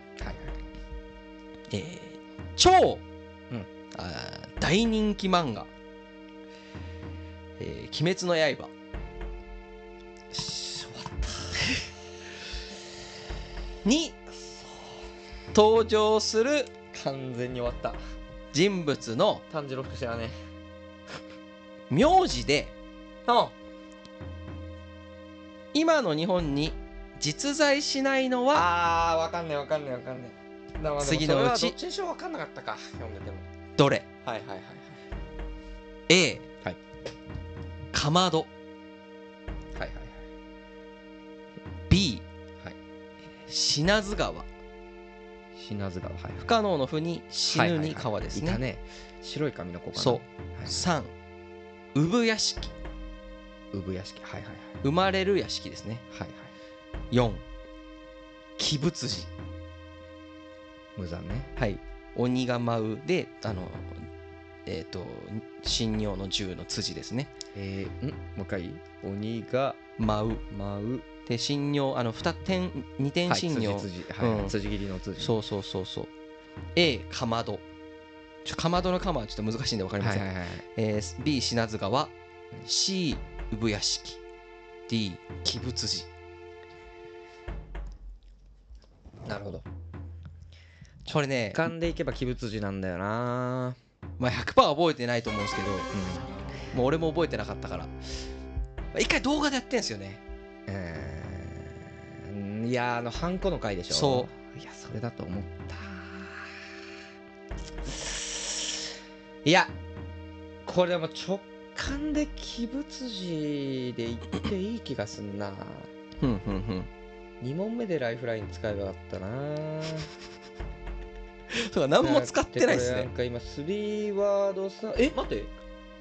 えー超、うんあー大人気漫画「えー鬼滅の刃」に登場する完全に終わった人物の炭治郎しか知らねえ名字であ今の日本に実在しないのはあーわかんないわかんないわかんないだから次のうちまあでもそれはどっちにしろわかんなかったか読んでてもどれはいはいはい A、はいかまどはい B、はい品津川品津川はい不可能の不に死ぬに川ですね,、いたね白い髪の子かなそうはい3産屋敷産屋敷はいはいはい生まれる屋敷ですねはいはい4鬼仏寺無残ねはい鬼が舞うであのえっ、と神尿の銃の辻ですねえー、んもう一回鬼が舞う舞うで神尿あの二点二点はい神尿、辻辻はい、うん辻切りの辻そうそうそうそう A かまどちょかまどのかまはちょっと難しいんで分かりまはせいん、はいはいえー B 品津川 C 産屋敷 D 鬼仏寺なるほどこれね、噛んでいけば鬼仏寺なんだよなまあ、100%覚えてないと思うんですけどうんもう俺も覚えてなかったから一回動画でやってんすよねえーいやーあのハンコの回でしょそういやそれだと思ったいやこれもう直感で鬼仏寺で行っていい気がすんなふんふんふん2問目でライフライン使えばよかったなそうか 何も使ってないですだっねてこれなんか今スリーワードさえ待って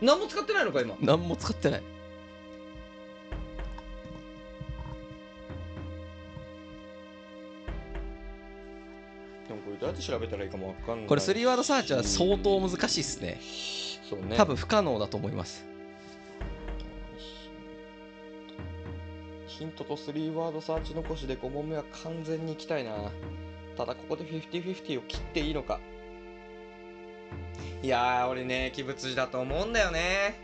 何も使ってないのか今何も使ってないでもこれどうやって調べたらいいかもわかんないこれ3ワードサーチは相当難しいですねそうね多分不可能だと思いますヒントと3ワードサーチ残しで5問目は完全に行きたいなただここで50-50を切っていいのかいやー俺ね鬼仏寺だと思うんだよね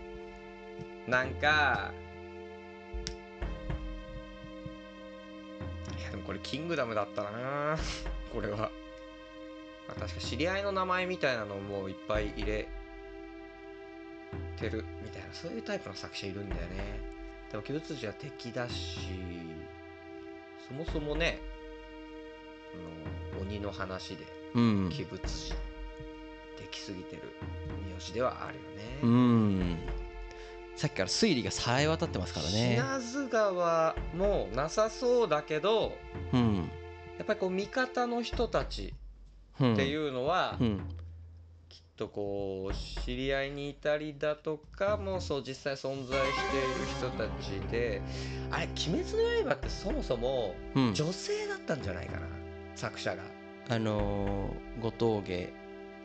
なんかいやでもこれキングダムだったなこれはあ確か知り合いの名前みたいなのをもういっぱい入れてるみたいなそういうタイプの作者いるんだよねでも鬼仏寺は敵だしそもそもねあの鬼の話でうん鬼物寺できすぎてる三好ではあるよね、うんさっきから推理がさえ渡ってますからね品津川もなさそうだけどうんやっぱりこう味方の人たちうんっていううのは、んきっとこう知り合いにいたりだとかもそう実際存在している人たちであれ「鬼滅の刃」ってそもそもうん女性だったんじゃないかな、作者があのー後藤家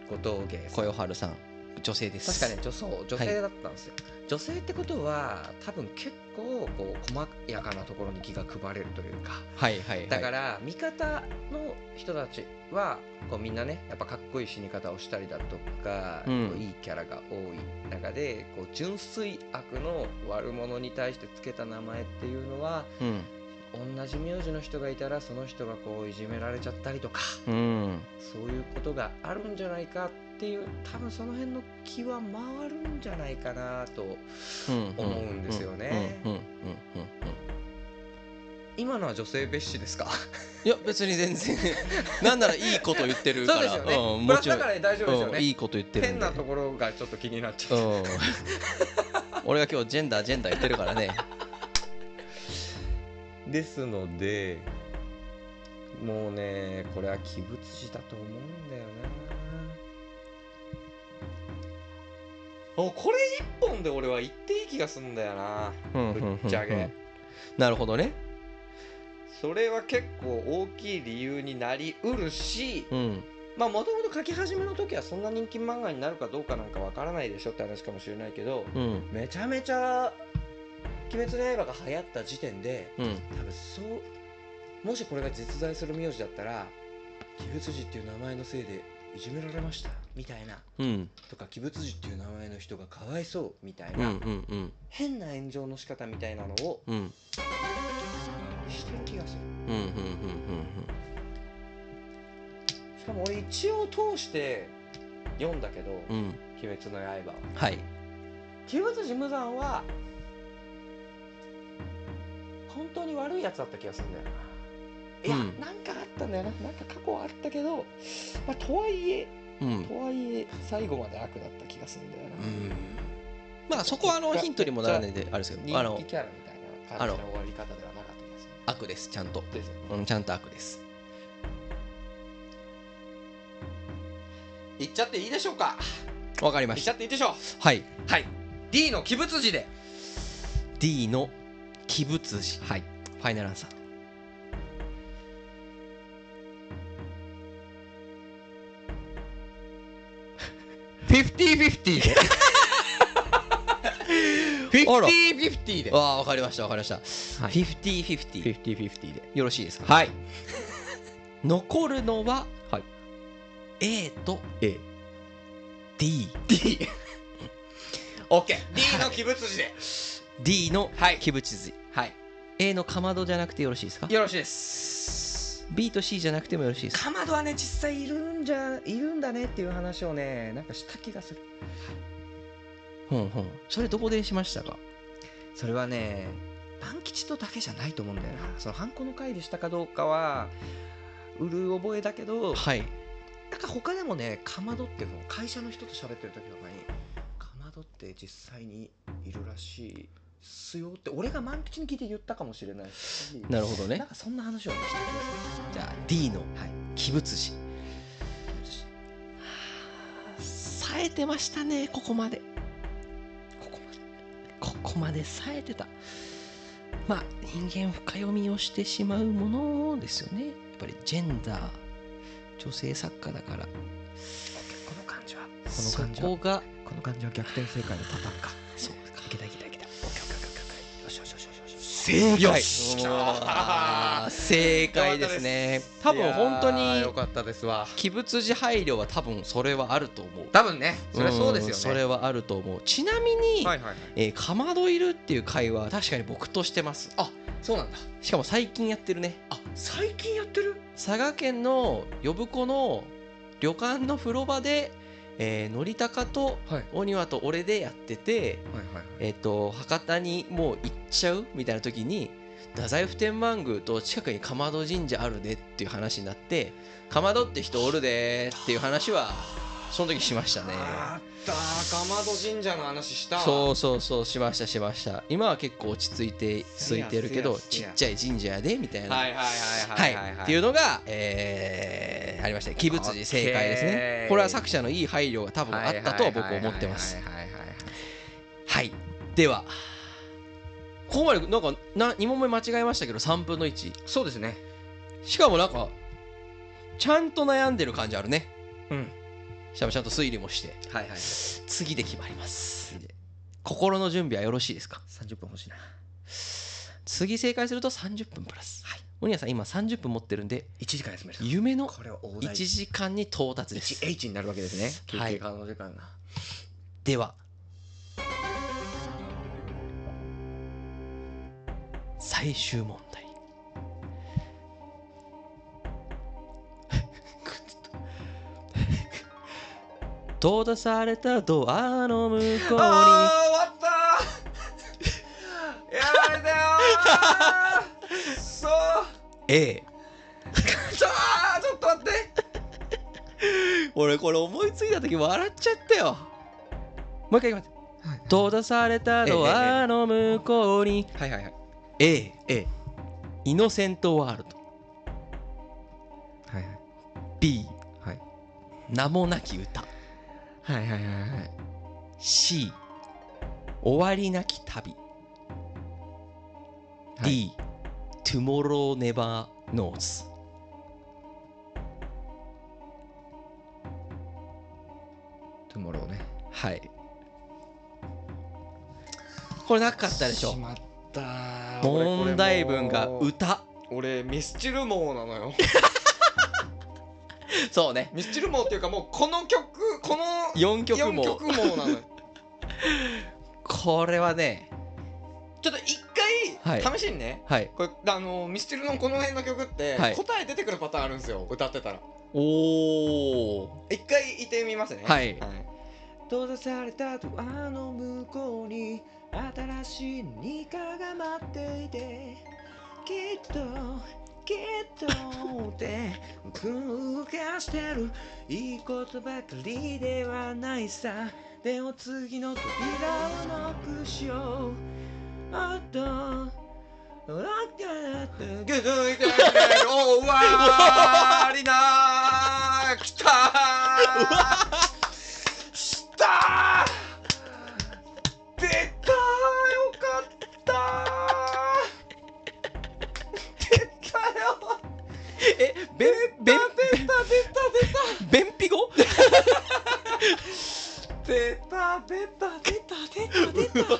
後藤芸さ小ん夜春さん女性です確かね女装女性だったんですよ、女性ってことは多分結構こう細やかなところに気が配れるというかはいはい、はい、だから味方の人たちはこうみんなねやっぱかっこいい死に方をしたりだとか、うんこういいキャラが多い中でこう純粋悪の悪者に対してつけた名前っていうのはうん同じ名字の人がいたらその人がこういじめられちゃったりとかうんそういうことがあるんじゃないかっていう多分その辺の気は回るんじゃないかなと思うんですよねうんうんうんうんうん今のは女性蔑視ですかいや別に全然なんならいいこと言ってるか そうでらすよね、うんこもれはちろだんから大丈夫ですようんいねいこと言ってるん変でなところがちょっと気になっちゃうっん俺が今日ジェンダージェンダー言ってるからねたですのでもうねこれは鬼物児だと思うんだよおこれ1本で俺は行っていい気がすんだよなうんうんうんうんぶっちゃけなるほどねそれは結構大きい理由になりうるしうんまあもともと書き始めの時はそんな人気漫画になるかどうかなんかわからないでしょって話かもしれないけどうんめちゃめちゃ「鬼滅の刃」が流行った時点でうん多分そうもしこれが実在する名字だったら「鬼仏寺」っていう名前のせいでいじめられましたみたいなうんとか「鬼仏寺」っていう名前の人がかわいそうみたいうんうな、んうん変な炎上の仕方みたいなのをうんうんしてる気がする。うんうんしかも俺一応通して読んだけどうんうんうん「鬼滅の刃」を。はい鬼物寺無惨は本当に悪いやつだった気がするんだよないや、うんなんかあったんだよななんか過去はあったけど、まあ、とはいえうんとはいえ最後まで悪だった気がするんだよな、まあそこはあのヒントにもならないんであれですけどあ人の気キャラみたいな感じの終わり方ではなかった気がする悪ですちゃんと、ですよねうん、ちゃんと悪ですいっちゃっていいでしょうかわかりまいっしちゃたっていいでしょはいうはい D の鬼物寺で D の鬼仏寺はいファイナルアンサー50-50であら50-50でああわかりましたわかりました、はい50-50 50-50でよろしいですか、はい 残るのは、はい A と A D D オッケー D の鬼物寺で D のはい鬼仏寺、はい、 A のかまどじゃなくてよろしいですかよろしいです B と C じゃなくてもよろしいですかかまどはね実際いるんじゃいるんだねっていう話をねなんかした気がするほんほんそれどこでしましたかそれはねパン吉とだけじゃないと思うんだよなそのハンコの回でしたかどうかはうる覚えだけどはいなんか他でもねかまどっていうのを会社の人と喋ってる時とかにかまどって実際にいるらしいっすよって俺が万吉に聞いて言ったかまどって言ったかもしれないしなるほどなねんかそんな話をねした気がするじゃあ D のはい鬼仏寺冴えてましたねここまでここまでここまで冴えてたまあ人間深読みをしてしまうものですよねやっぱりジェンダー女性作家だからここの感じはこのの感じそはこがこの感じは逆転正解のパターンかそうかいけたいけたいけたオッケーオッケーオッケーオッケーよしよしよしよしよし正よっしゃー正解ですね多分本当によかったですわ鬼物寺配慮は多分それはあると思う多分ねそれはそうですよねんそれはあると思うちなみに、はいはいはいえーかまどいるっていう会話確かに僕としてますそうなんだしかも最近やってるねあ最近やってる佐賀県の呼子の旅館の風呂場で、えー、のりたかとはいお庭と俺でやってて、はいはいはいえっと博多にもう行っちゃうみたいな時に太宰府天満宮と近くにかまど神社あるねっていう話になってかまどって人おるでーっていう話はその時しましたね。あったーかまど神社の話したそうそうそうしましたしました今は結構落ち着いてせ空いやてるけどせちやせやっちゃい神社やでみたいなはいはいはいはいはいっていうのが、えーありました鬼物寺正解ですオッねケーこれは作者のいい配慮が多分あったとは僕思ってますはいはいはいはいはいはいではここまでなんかな2問目間違えましたけど3分の1そうですねしかもなんかちゃんと悩んでる感じあるねうんしかもちゃんと推理もしてはいはい次で決まります心の準備はよろしいですか30分欲しいな次正解すると30分プラス、はいおにさん今30分持ってるんで1時間休める夢のこれを大1台時間に到達です 1H になるわけですね休はい憩可能時間がでは最終問 題 閉ざされたドアの向こうああ終わったーやられたよーそうに A ちょあーちょっと待って俺これ思いついた時笑っちゃったよもう一回言います閉ざされたドアの向こうにはいはいはい A A イノセントワールドはい B はい名もなき歌はいはいはいはい C 終わりなき旅、はい D トゥモローネバーノーズはいこれなかったでしょしまった俺これもう問題文が歌俺ミスチル網なの よそうねミスチル網っていうかもうこの曲この4曲4も曲網なの よこれはねちょっと一は回試しにね、はいこれあのミスチルのこの辺の曲ってはい答え出てくるパターンあるんですよ歌ってたらおお一回言ってみますねはい閉ざされたドアの向こうに新しいニカが待っていてきっときっとで僕を動かしてるいいことばかりではないさでも次の扉をノックしようおっとおっとぐずいて終わりなきたしたー出たーよかったー出たよえべんべん出たべんぴ語 出た出た出た出た出た出た出たで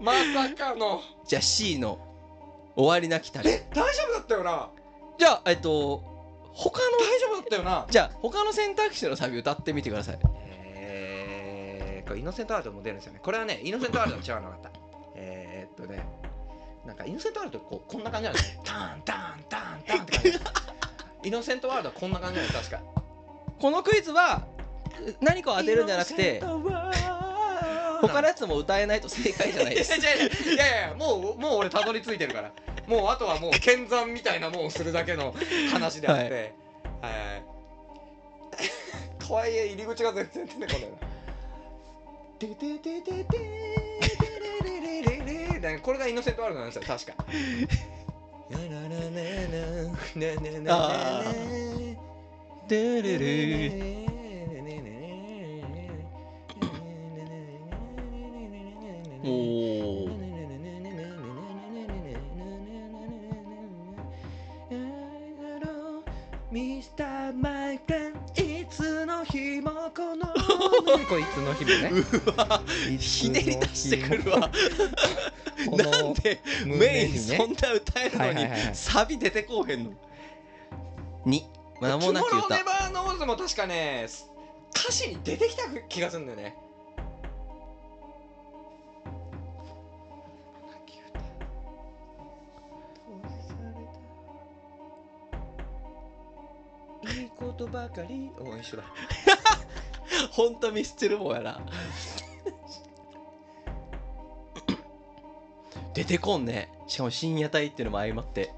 まさかのじゃあ C の終わりなき旅え大丈夫だったよなじゃあえっと他の大丈夫だったよなじゃあ他の選択肢のサビ歌ってみてくださいえー、これイノセントワールドも出るんですよねこれはねイノセントワールドは違うのなかったえー、っとねなんかイノセントワールドってこうこんな感じなのねターンターンターンターンって感じイノセントワールドはこんな感じなの確かこのクイズはう何かを当てるんじゃなくて他のやつも歌えないと正解じゃないいでやす いやいやいやいやもうもう俺たどり着いてるからもうあとはもう剣山みたいなもんをするだけの話であってはいはいはいとはいえ入り口が全然出てこないなてて ててててれれれれれだからこれがイノセントワールドなんですよ確かななななななななあでれれおーミスターマイフレンいつの日もこのこれいつの日もねうわひねり出してくるわこのなんでメ胸インにねそんな歌えるのはいはいはいはにいサビ出てこうへんのに間もなくトゥモローネ歌バーノーズも確かね歌詞に出てきた気がするんだよねいいことばかりお一緒だほんとミスチルもやな出てこんねしかも深夜帯っていうのも相まって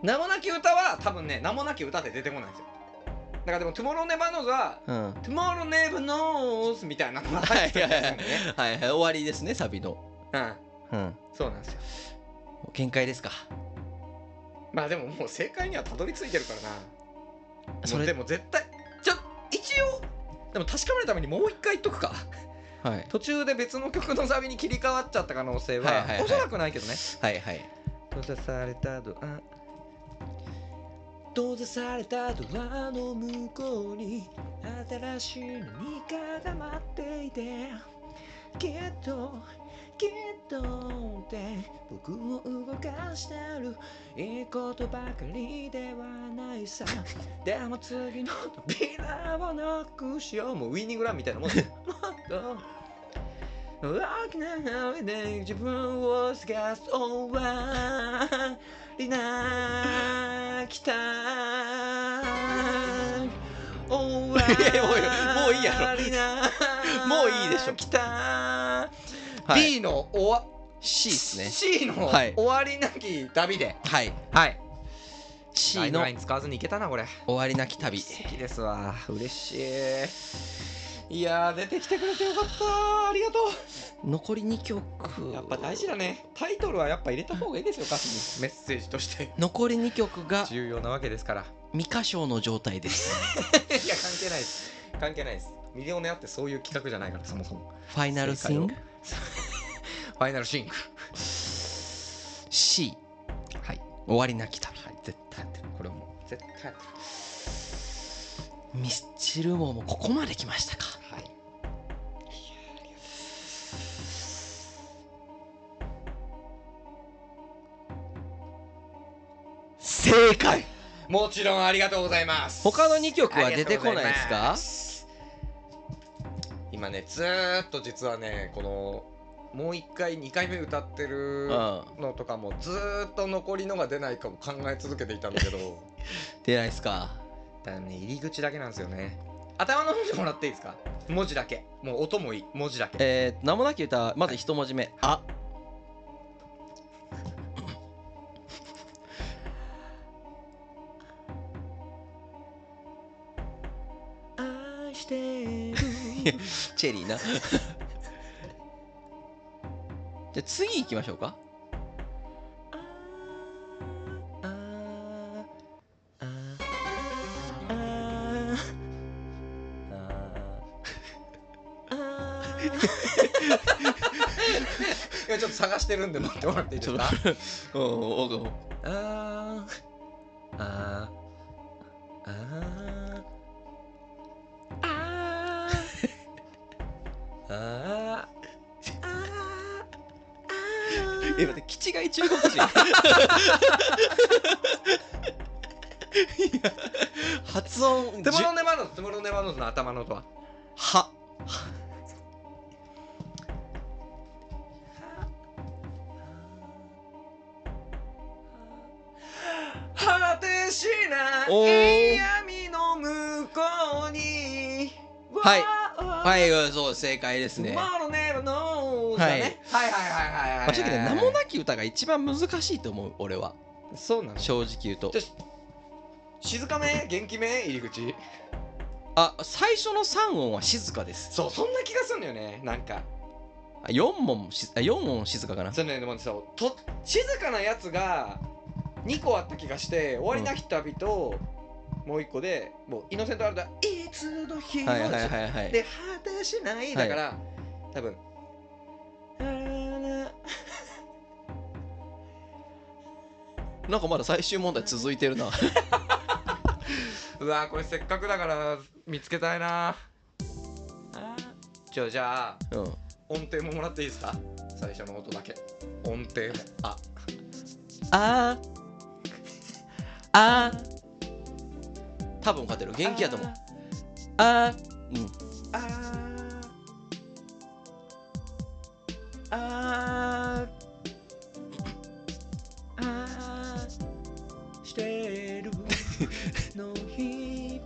名もなき歌は多分ね名もなき歌って出てこないんですよだからでも「トゥモローネバーノーズ」はうんは「トゥモローネバーノーズ」みたいなのが入ってたりするんだよね、いはい終わりですねサビのうん、うんそうなんですよ見解ですかまあでももう正解にはたどり着いてるからなそもうでれも絶対じゃ一応でも確かめるためにもう一回言っとくか はい途中で別の曲のサビに切り替わっちゃった可能性は,、はいはいはいおそらくないけどねはいはい閉ざされたドア閉ざされたドアの向こうに新しい何かが待っていてきっときっとって僕を動かしてるいいことばかりではないさでも次の扉をノックしようもうウィニングランみたいなもんだよもっと大きな愛で自分を探す終わりなきた終わもういいやりなもういいでしょきた、はい B の終わ C ですね C のはい終わりなき旅ではいはい C のライン使わずにいけたなこれ終わりなき旅奇跡ですわ嬉しいいやー出てきてくれてよかったありがとう残り2曲やっぱ大事だね。タイトルはやっぱ入れた方がいいですよ、歌詞に。 メッセージとして。残り2曲が重要なわけです から。いや、未歌唱の状態です関係ないです。関係ないです。ミリオネアってそういう企画じゃないから、そもそも。ファイナルシング ファイナルシンク。 C はい終わりなき旅はい、絶対やってる。これもう。絶対やってる。ミスチル網もここまで来ましたかはい。正解もちろんありがとうございます他の2曲は出てこないですか今ねずーっと実はねこのもう1回2回目歌ってるうのとかもずーっと残りのが出ないかも考え続けていたんだけどん出ないですか だからね入り口だけなんですよね頭の文字もらっていいですか文字だけもう音もいい文字だ けえー、名もなき歌まず一文字目「あ愛してる」チェリーなじゃあ次行きましょうかいやちょっと探してるんで待ってもらっていいですかおおおあーあーあーあーあー え待って基地外中国人いや発音つもじゅろねまのつもろねまのの頭の音はは果てしなおーい闇の向こうにはいははいそう正解ですつもねろねまのだねはいはいはいはいはいまあ正直ね名もなき歌が一番難しいと思う俺はそうなの正直言うとじゃ静かめ元気め入り口あ最初の3音は静かですそうそんな気がするんだよねなんかあ4問もしあ4音静かかなそのねでもさと静かなやつが2個あった気がして終わりなき旅と、もう1個でもうイノセントあるだいつの日もはいはいはいはいで果てしないだから、多分なんかまだ最終問題続いてる なうわーこれせっかくだから見つけたいなちょじゃあうん音程ももらっていいですか最初の音だけ音程もああーあー多分勝てる元気やと思うあーうんあーあーあーして るの日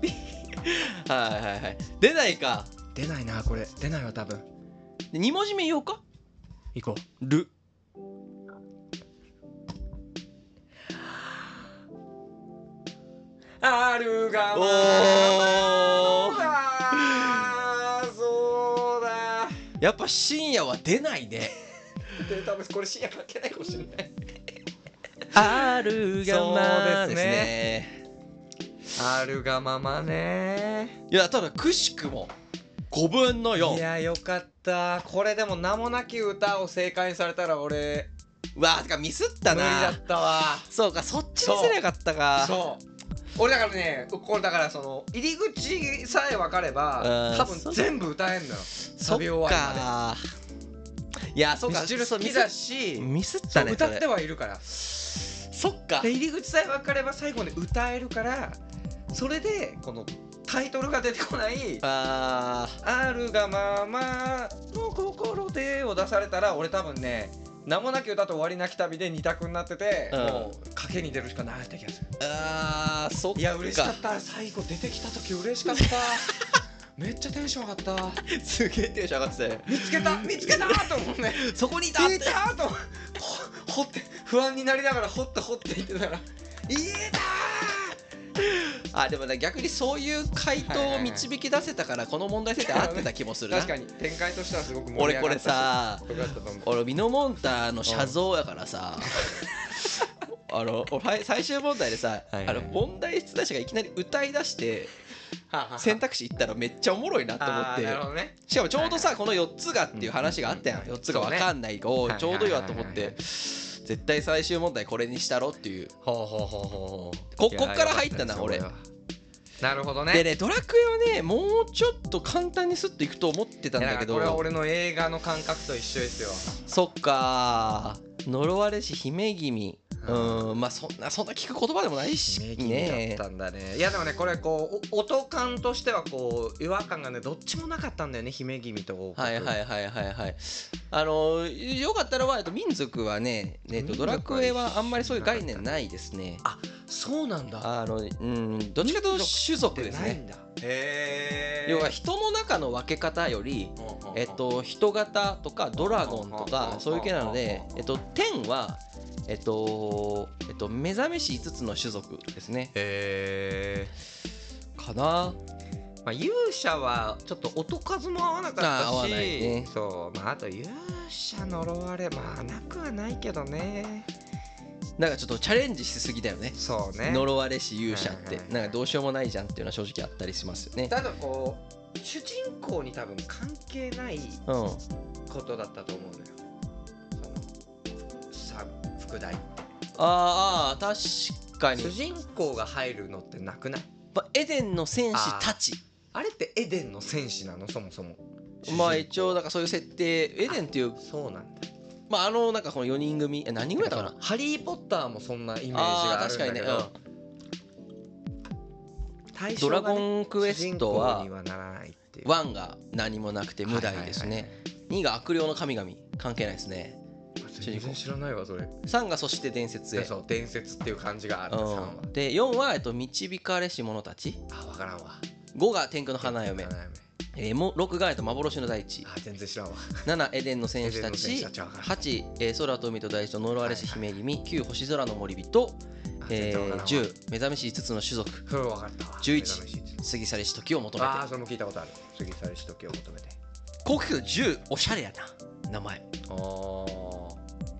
々はいはいはい出ないか出ないなこれ出ないわ多分で2文字目言おうか行こるうあるがおまーだそうだやっぱ深夜は出ないねで多分これ深夜関係ないかもしれないあるがまそうですねですねあるがままねいやただくしくも5分のい4やよかったこれでも名もなき歌を正解にされたら俺うわーてかミスった無理なだったわそうかそっちにすればよかったかそう俺だからねこれだからその入り口さえ分かればうん多分全部歌えんのよそサっビ終わりかまいやそうでかミスチルそう好ミきスだしミスっそたうね歌そっれてはいるからそっか で入り口さえ分かれば最後まで歌えるからそれでこのタイトルが出てこないあーあるがままの心でを出されたら俺多分ね名もなき歌と終わりなき旅で二択になってて、うんもう賭けに出るしかないって気がするあーそっかいや嬉しかった最後出てきた時嬉しかった めっちゃテンション上がったすげえテンション上がってたよ見つけた見つけたと思うねそこにいたっ聞いてたと思うほ掘って不安になりながら掘って掘っていってたら「言えたあでもね逆にそういう回答を導き出せたからこの問題設定合ってた気もするな確かに展開としてはすごく盛り俺上がったこれさよかったと思う 俺ミノモンタの写像やからさ あの俺最最終問題でさはいはいあの問題出題者がいきなり歌い出して選択肢いったらめっちゃおもろいなと思あっーなてるほどねしかもちょうどはさこの4つがっていう話があったやんうん4つが分かんないがおうはいちょうどいいわと思っはいはいはてい絶対最終問題これにしたろっていうほうほうほうほうほうここっから入ったな俺いやよかっなるほどねでねドラクエはねもうちょっと簡単にスッといくと思ってたんいだやだかけらこれはど俺の映画の感覚と一緒ですよそっかー呪われし姫君うんまあそんなそんな聞く言葉でもないしねねだったんだねいやでもねこれこうお音感としてはこう違和感がねどっちもなかったんだよね姫君と王国はいはいはいはいはいあのーよかったらは、えっと、民族はね、えっと、民ド族はラクエはあんまりそういう概念ないですねそうなんだあのうんどっちかというと種族でですないねんだへえ要は人の中の分け方よりえっと、人型とかドラゴンとかそういう系なので、えっと、天は、えっとえっと、目覚めし5つの種族ですねへえかなまあ、勇者はちょっと音数も合わなかあ合っわたないし、ねそうまああと勇者呪われまあなくはないけどねなんかちょっとチャレンジしすぎだよねそうね呪われし勇者っはいてはいはいなんかどうしようもないじゃんっていうのは正直あったりしますよねただこう主人公に多分関係ないうんことだったと思うのよそのさ副題あーあー確かに主、人公が入るのってなくないまあ、エデンの戦士たちあれってエデンの戦士なのそもそもまあ主人一応なんかそういう設定エデンっていうそうなんだまああのなんかこの4人組え何人ぐらいだったかなハリー・ポッターもそんなイメージあがああるーん確かにだけね、ど、うん、対ド象ラがねゴンクエスト主人公はにはならないっていう1が何もなくて無題ですはいはね2が悪霊の神々関係ないですねいはい全然知らないわそれ3がそして伝説へそう伝説っていう感じがあるさんはうんで4はえっと導かれし者たちあ分からんわ5が天空の花嫁花嫁えーも6がえっと幻の大 地あ全然知らんわ7エデンの戦士たエデンの戦ち士たちわかる8えー空と海と大地と呪われし姫君9星空の森人あ全え然わーからんわ10目覚めし5つの種族それは分かったわ11目覚めしいつ過ぎ去りし時を求めてああそれも聞いたことある杉沢し時を求めて高級10おしゃれやな名前ああ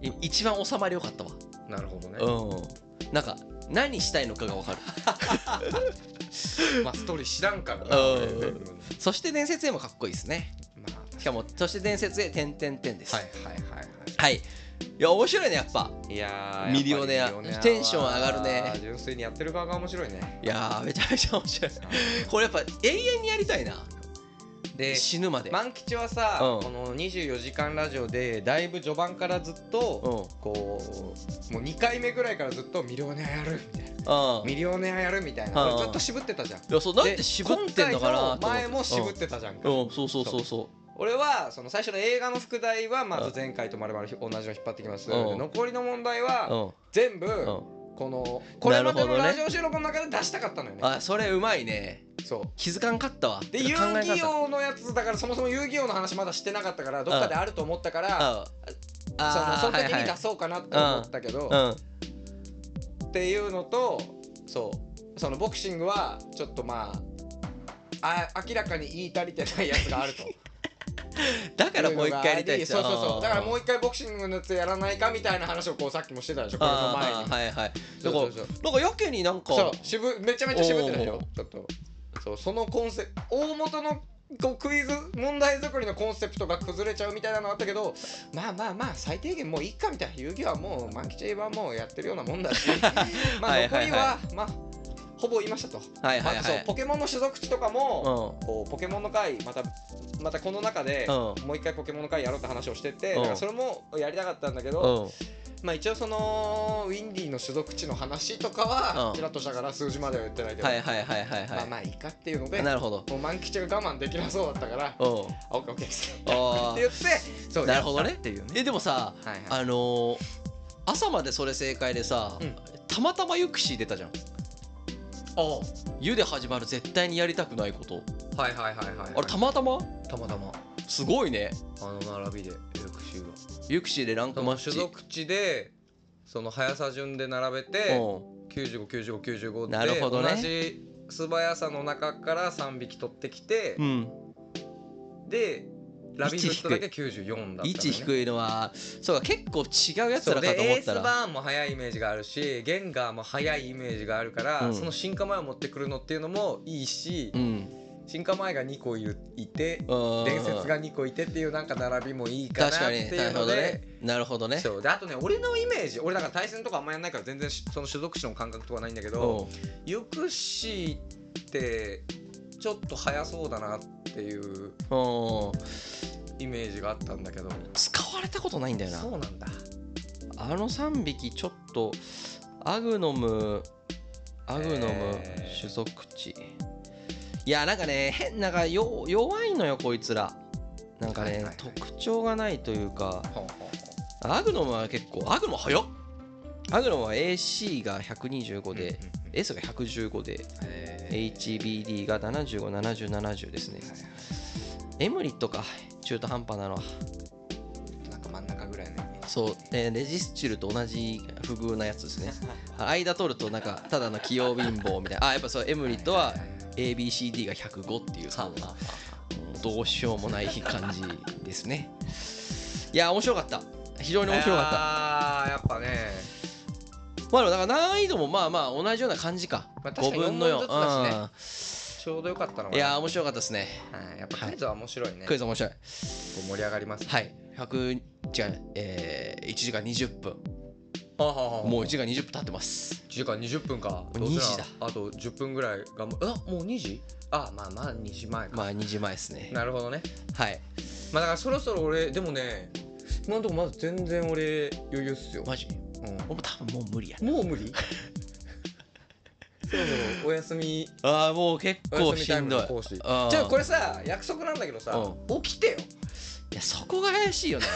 い一番収まりよかったわなるほどねうんなんか何したいのかが分かるまあストーリー知らんからなうん俺うんそして伝説へもかっこいいですね。まあしかも、そして伝説へ点々点です。はいはいはいはいはい。いや、面白いね、やっぱ。いやミリオネアテンション上がるね純粋にやってる側が面白いねいやー、めちゃめちゃ面白い。これやっぱ永遠にやりたいな。で死ぬまで。万吉はさ、うんこの24時間ラジオでだいぶ序盤からずっうと、ん。こうもう2回目ぐらいからずっとミリオネアやるみたいあなあ。いミリオネアやるみたいな、うんこれずっと渋ってたじゃんや、そう、なんで渋ってんのかなとで今回の思前も渋ってたじゃんか、うん、うんそうそうそうそ俺はその最初の映画の副題はまうずん前回とまるまる同じの引っ張ってきます、うんで残りの問題う。うはん。全部うん。このこれまでなのるほどねラジオ収録の中で出したかったのよねあ、それうまいね。そう気づかんかったわ。で考遊え戯方。王のやつだからそもそも遊戯王の話まだしてなかったからどっかであると思ったかあらそのあそのー時に出そうかなって思ったけどはいはいっていうのとそうそのボクシングはちょっとまああ明らかに言い足りてないやつが あると。うん。だからもう一回やりたいっすそうそうそうだからもう一一回ボクシングのやつやらないかみたいな話をこうさっきもしてたでしょこれの前あーにはいはい。そだうかそらうそうなんかやけになんか。そう渋めちゃめちゃ渋ってたでしおうょちょっとそうそのコンセ大元のこうクイズ問題作りのコンセプトが崩れちゃうみたいなのあったけどまあまあまあ最低限もういいかみたいな遊戯はもう満吉はもうやってるようなもん だしまはあいはいは残いりはまあほぼ言いましたと。はいはいまあはそうい。ポケモンの種族地とかも、うん。こうポケモンの回またまたこの中で、うもう一回ポケモンの回やろうって話をしてて、うんだからそれもやりたかったんだけど、うん、まあ一応そのウィンディの所属地の話とかうはんちらっとしたから数字までは言ってないけど、はいはいはいはいまはあい、まあいいかっていうのでなるほどもう満吉が我慢できなそうだったかうら「あオッケーオッケー」ってあ言ってそうなるほどねやったっていうねえでもさはいはいあのー朝までそれ正解でさ、うんたまたまユクシー出たじゃんおう「湯で始まる絶対にやりたくないことはいはいはいはい」あれたまたまたまたますごいねあの並びでエルクシーがユクシーでランクマッチ所属地でその速さ順で並べて、うん959595なるほどね同じ素早さの中から3匹取ってきて、うん、でラビットだけ94だったのね、位置低いのはそうか結構違うやつそうらでかと思エーっスたバらーンも速いイメージがあるしゲンガーも速いイメージがあるから、うんその進化前を持ってくるのっていうのもいいし、うん進化前が2個いるいて伝説が2個いてっていうなんか並びもいいかなっ確かにていなうるほのどでねなるほどねそうであとね俺のイメージ俺だから対戦とかあんまやんないから全然しその所属種の感覚とかないんだけどうんユクシーってちょっと早そうだなっていううんイメージがあったんだけど使われたことないんだよそうななんだあの3匹ちょっとアグノムアグノムえー種族値いやなんかね変なんかよ弱いのよこいつらなんかね、はいはいはい特徴がないというかほうほうほアグノムは結構アグノム早っアグノムは AC が125うで、うんうんうん S が115でえー HBD が757070ですねエムリットか中途半端なのはなんか真ん中ぐらいのイメージそう、えーレジスチルと同じ不遇なやつですね間取るとなんかただの器用貧乏みたいなあやっぱそうエムリットは ABCD が105っていうそのうんどうしようもない感じですねいや面白かった非常に面白かったあーやっぱねまあでもだから難易度もまあまあ同じような感じか。まあ確5かに分の四分ずつ4。だしねちょうどよかったうのんがいやー面白かったですね。はいやっぱクイズは面白いねクイズ面白い。盛り上がりますはい。100違う、えー、1時間20分。はあはあはあもう1時間20分経ってます。 1時間20分かう2時だあと10分ぐらい頑張あもう2時あまあまあ2時前か、まあ2時前ですね。なるほどねはい。まあだからそろそろ俺でもね今のとこまず全然俺余裕っすよ、マジ俺も多分もう無理や。うん、もう無 理そろそろお休みああ、もう結お構休みしタイんムどいの。講師あーじゃあこれさ約束なんだけどさ、起きてよいや、そこが怪しいよね。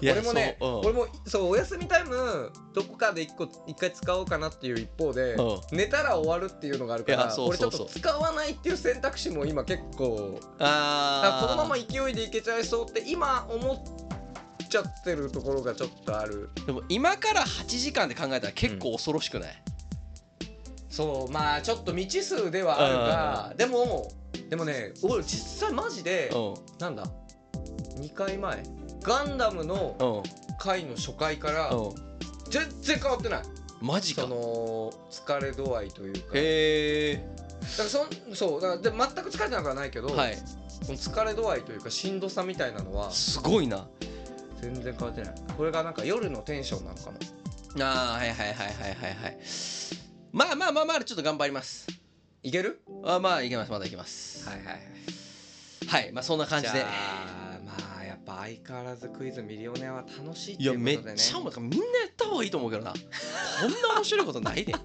いや俺もね、そううん俺もそうお休みタイムどこかで一個一回使おうかなっていう一方で、う寝たら終わるっていうのがあるからいやそうそうそう俺ちょっと使わないっていう選択肢も今結構ああ。このまま勢いでいけちゃいそうって今思っちゃってるところがちょっとあるでも今から8時間で考えたら結構恐ろしくない、そうまあちょっと未知数ではあるがでもでもね俺実際マジで、うん、なんだ2回前ガンダムのうん、回の初回からうん。全然変わってないマジそか。の疲れ度合いというかへえ。だからそんそうだからで全く疲れてなくはないけど、はい。その疲れ度合いというかしんどさみたいなのはすごいな。全然変わってないこれがなんか夜のテンションなのかもああ、はいはいはいはいはいはい。まあまあまあまあ、ちょっと頑張ります。いけるあまあ、いけます、まだいけます。いはいはいはい、まあそんな感じで。ゃあまあやっぱ相変わらずクイズミリオネアは楽しいっていいや、うことめでっねちゃ面白い。みんなやった方がいいと思うけどな。こんな面白いことないで。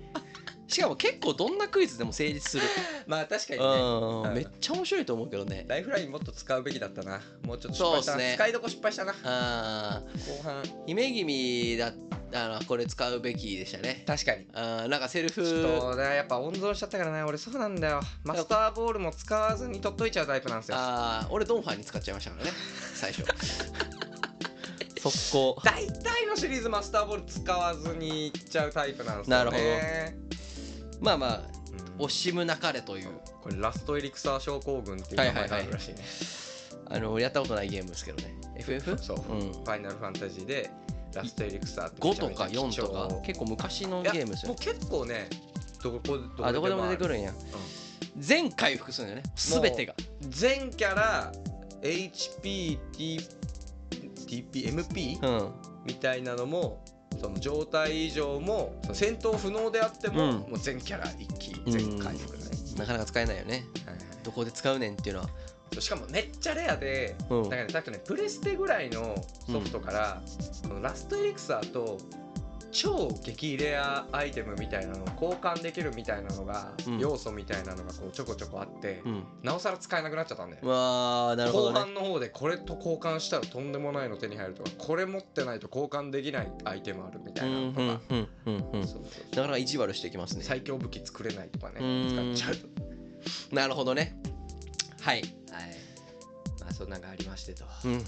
しかも結構どんなクイズでも成立する。まあ確かにねううんん、めっちゃ面白いと思うけどね。ライフラインもっと使うべきだったなもうちょっと失敗したな、そうっすね使いどこ失敗したな後ああ、半姫君だ、あの、これ使うべきでしたね。確かにあーなんかセルフ。ちょっとねやっぱ温存しちゃったからね俺そうなんだよマスターボールも使わずに取っといちゃうタイプなんですよああ俺ドンファンに使っちゃいましたからね最 初速攻大体のシリーズマスターボール使わずにいっちゃうタイプなんですよねまあまあなる惜しむなかれというこれラストエリクサー症候群っていう名前があるらしいね、あのやったことないゲームですけどね FF? そう、うフんァイナルファンタジーでラストエリクサーってめ5ちゃとめちかゃ貴重4とか結構昔のいゲーやムですよもうね結構ねどこどあどこでも出てくるるんや、全回復するんだよね全てが全キャラ HP、T、TP、MP、うんみたいなのもその状態以上もその戦闘不能であっても,、うんもう全キャラ一気全回復だね、なかなか使えないよねはいはいどこで使うねんっていうのはしかもめっちゃレアで、うんだからね確かねプレステぐらいのソフトから、このラストエリクサーと超激レアアイテムみたいなのを交換できるみたいなのが、うん要素みたいなのがこうちょこちょこあって、うんなおさら使えなくなっちゃったんだよ、うわーなるほ後どね半の方でこれと交換したらとんでもないの手に入るとかこれ持ってないと交換できないアイテムあるみたういなのんとうか、んうんうんうんそうそうなかなか意地悪していきますね最強武器作れないとかねうん使っちゃうなるほどねはいとはいまあそんなんがありましてとうん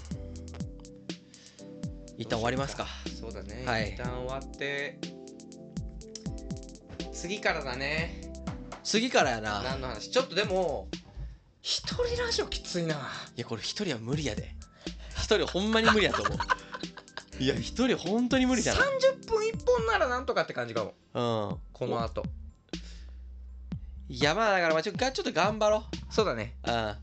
一旦終わりますかそうだね、はい一旦終わって次からだね次からやな何の話ちょっとでも一人ラジオきついないやこれ一人は無理や で一人ほんまに無理やと思ういや一人本当に無理だな30分1本ならなんとかって感じかもうんこの後いやまあだからまあちょっとがちょっと頑張ろうそうだねうん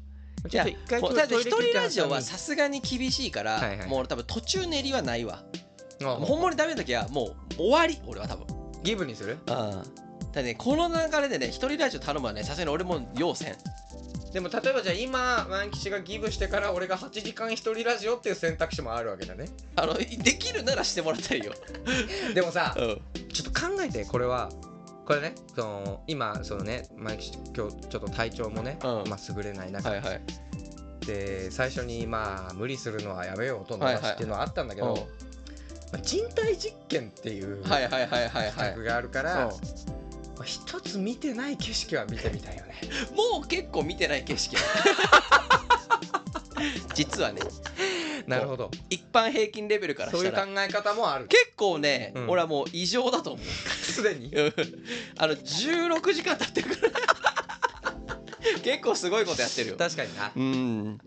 ちょっと一回もうちょだっっとてト一イレ聞い人てラジオは話しさすがに厳しいから、はいはいもう俺多分途中練りはないわたのもうあほんまにダメな時はもう終わり俺は多分うんギブにするだからねこの流れでね一人ラジオ頼むはねさすがに俺も要せんでも例えばじゃあ今万吉がギブしてから俺が8時間一人ラジオっていう選択肢もあるわけだねあのできるならしてもらいたいよ、でもさうん、ちょっと考えてこれはこれねその今そのね万吉今日ちょっと体調もね、うんまあ、優れない中はいはいで最初にまあ無理するのはやめようとの話っていうのはあったんだけうど、んまあ、人体実験っていうはいはいはいはいはい企画があるから、うんまあ一つ見てない景色は見てみた いよねもう結構見てない景 色実はねなるほど一般平均レベルからそうしいたう考らえ方も ある結構ね、うん俺はもう異常だと思うす でにうんあの16時間経ってるから結構すごいことやってるよ確かになうん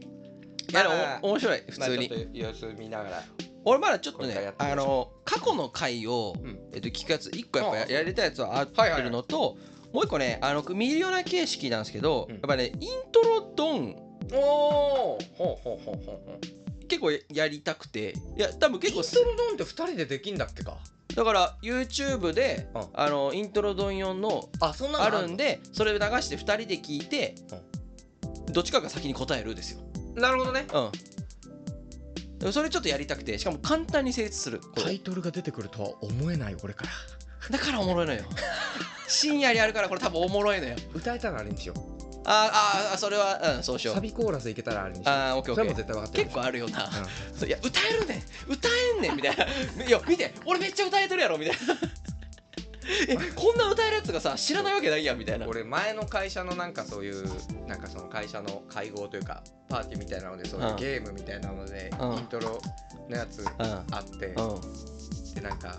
いまあやでもお面白い普通に、まあ、ちょっと様子見ながら俺まだちょっとこれからやねってみまあしょうの過去の回を、うんえっと、聞くやつ1個やっぱああややりたいやつはあっはいはいてるのと、もう1個ねあのミリオナ形式なんですけど、うんやっぱねイントロドンおおほうほうほうほうほう結構やりたくていや多分結構イントロドンって2人でできんだっけかだから YouTube で、うんあのイントロドン用のあそんなのあるのんでそれを流して2人で聞いて、どっちかが先に答えるですよなるほどねうんでもそれちょっとやりたくてしかも簡単に成立するこれイトルが出てくるとは思えない俺からだからおもろいのよ 深夜にやるからこれ多分おもろいのよ歌えたらあれにしようあーあーあそれはうんそうしようサビコーラスいけたらあれにしようああオッケーオそれもッケ絶対分かっーてる結構あるよな、うんそういや歌えるねん歌えんねんみたいな いや見て俺めっちゃ歌えてるやろみたいな えこんな歌えるやつがさ知らないわけないやんみたいな 俺前の会社のなんかそういうなんかその会社の会合というかパーティーみたいなのでそういううんゲームみたいなのでうんイントロのやつうんあってうんでなんか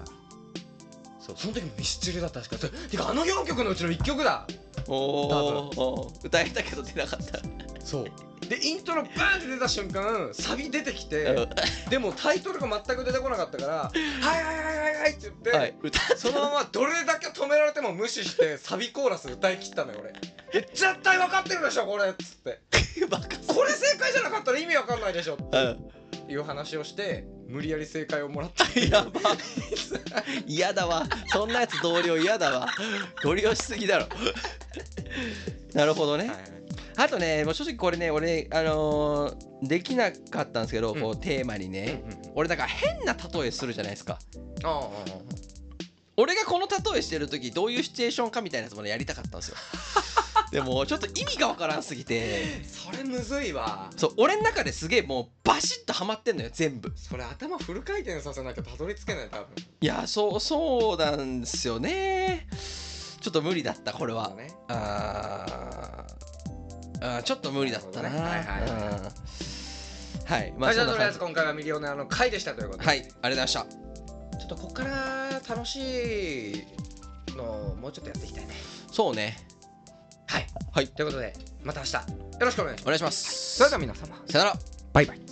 そうその時もミスチルだった確かてかあの4曲のうちの1曲だおーおー歌えたけど出なかったそうでイントロバーンって出た瞬間サビ出てきてうでもタイトルが全く出てこなかったから「はいはいはいはいはい」って言って、んはい歌そのままどれだけ止められても無視 してサビコーラス歌い切ったのよ俺え絶対分かってるでしょこれっつってバカこれ正解じゃなかったら意味わかんないでしょっうていう話をして無理やり正解をもらったっていんうやば嫌だわそんなやつ同僚嫌だわご利用しすぎだろなるほどね、はいあとねもう正直これね俺あのーできなかったんですけど、こうテーマにね、俺だから変な例えするじゃないですかああ俺がこの例えしてる時どういうシチュエーションかみたいなやつもねやりたかったんですよでもちょっと意味がわからんすぎてそれむずいわそう俺の中ですげえもうバシッとハマってんのよ全部それ頭フル回転させなきゃたどり着けない多分いやそうそうなんですよねちょっと無理だったこれはねあーあーちょっと無理だったななるほどねはいはいうんはいままああじそゃんなあとり感あえずじ今回はミリオネアの回でしたということで、はいありがとうございましたちょっとこっから楽しいのをもうちょっとやっていきたいねそうねはい、はいということでまた明日よろしくお願いしますお願いしまそれすでは皆様さよならバイバイ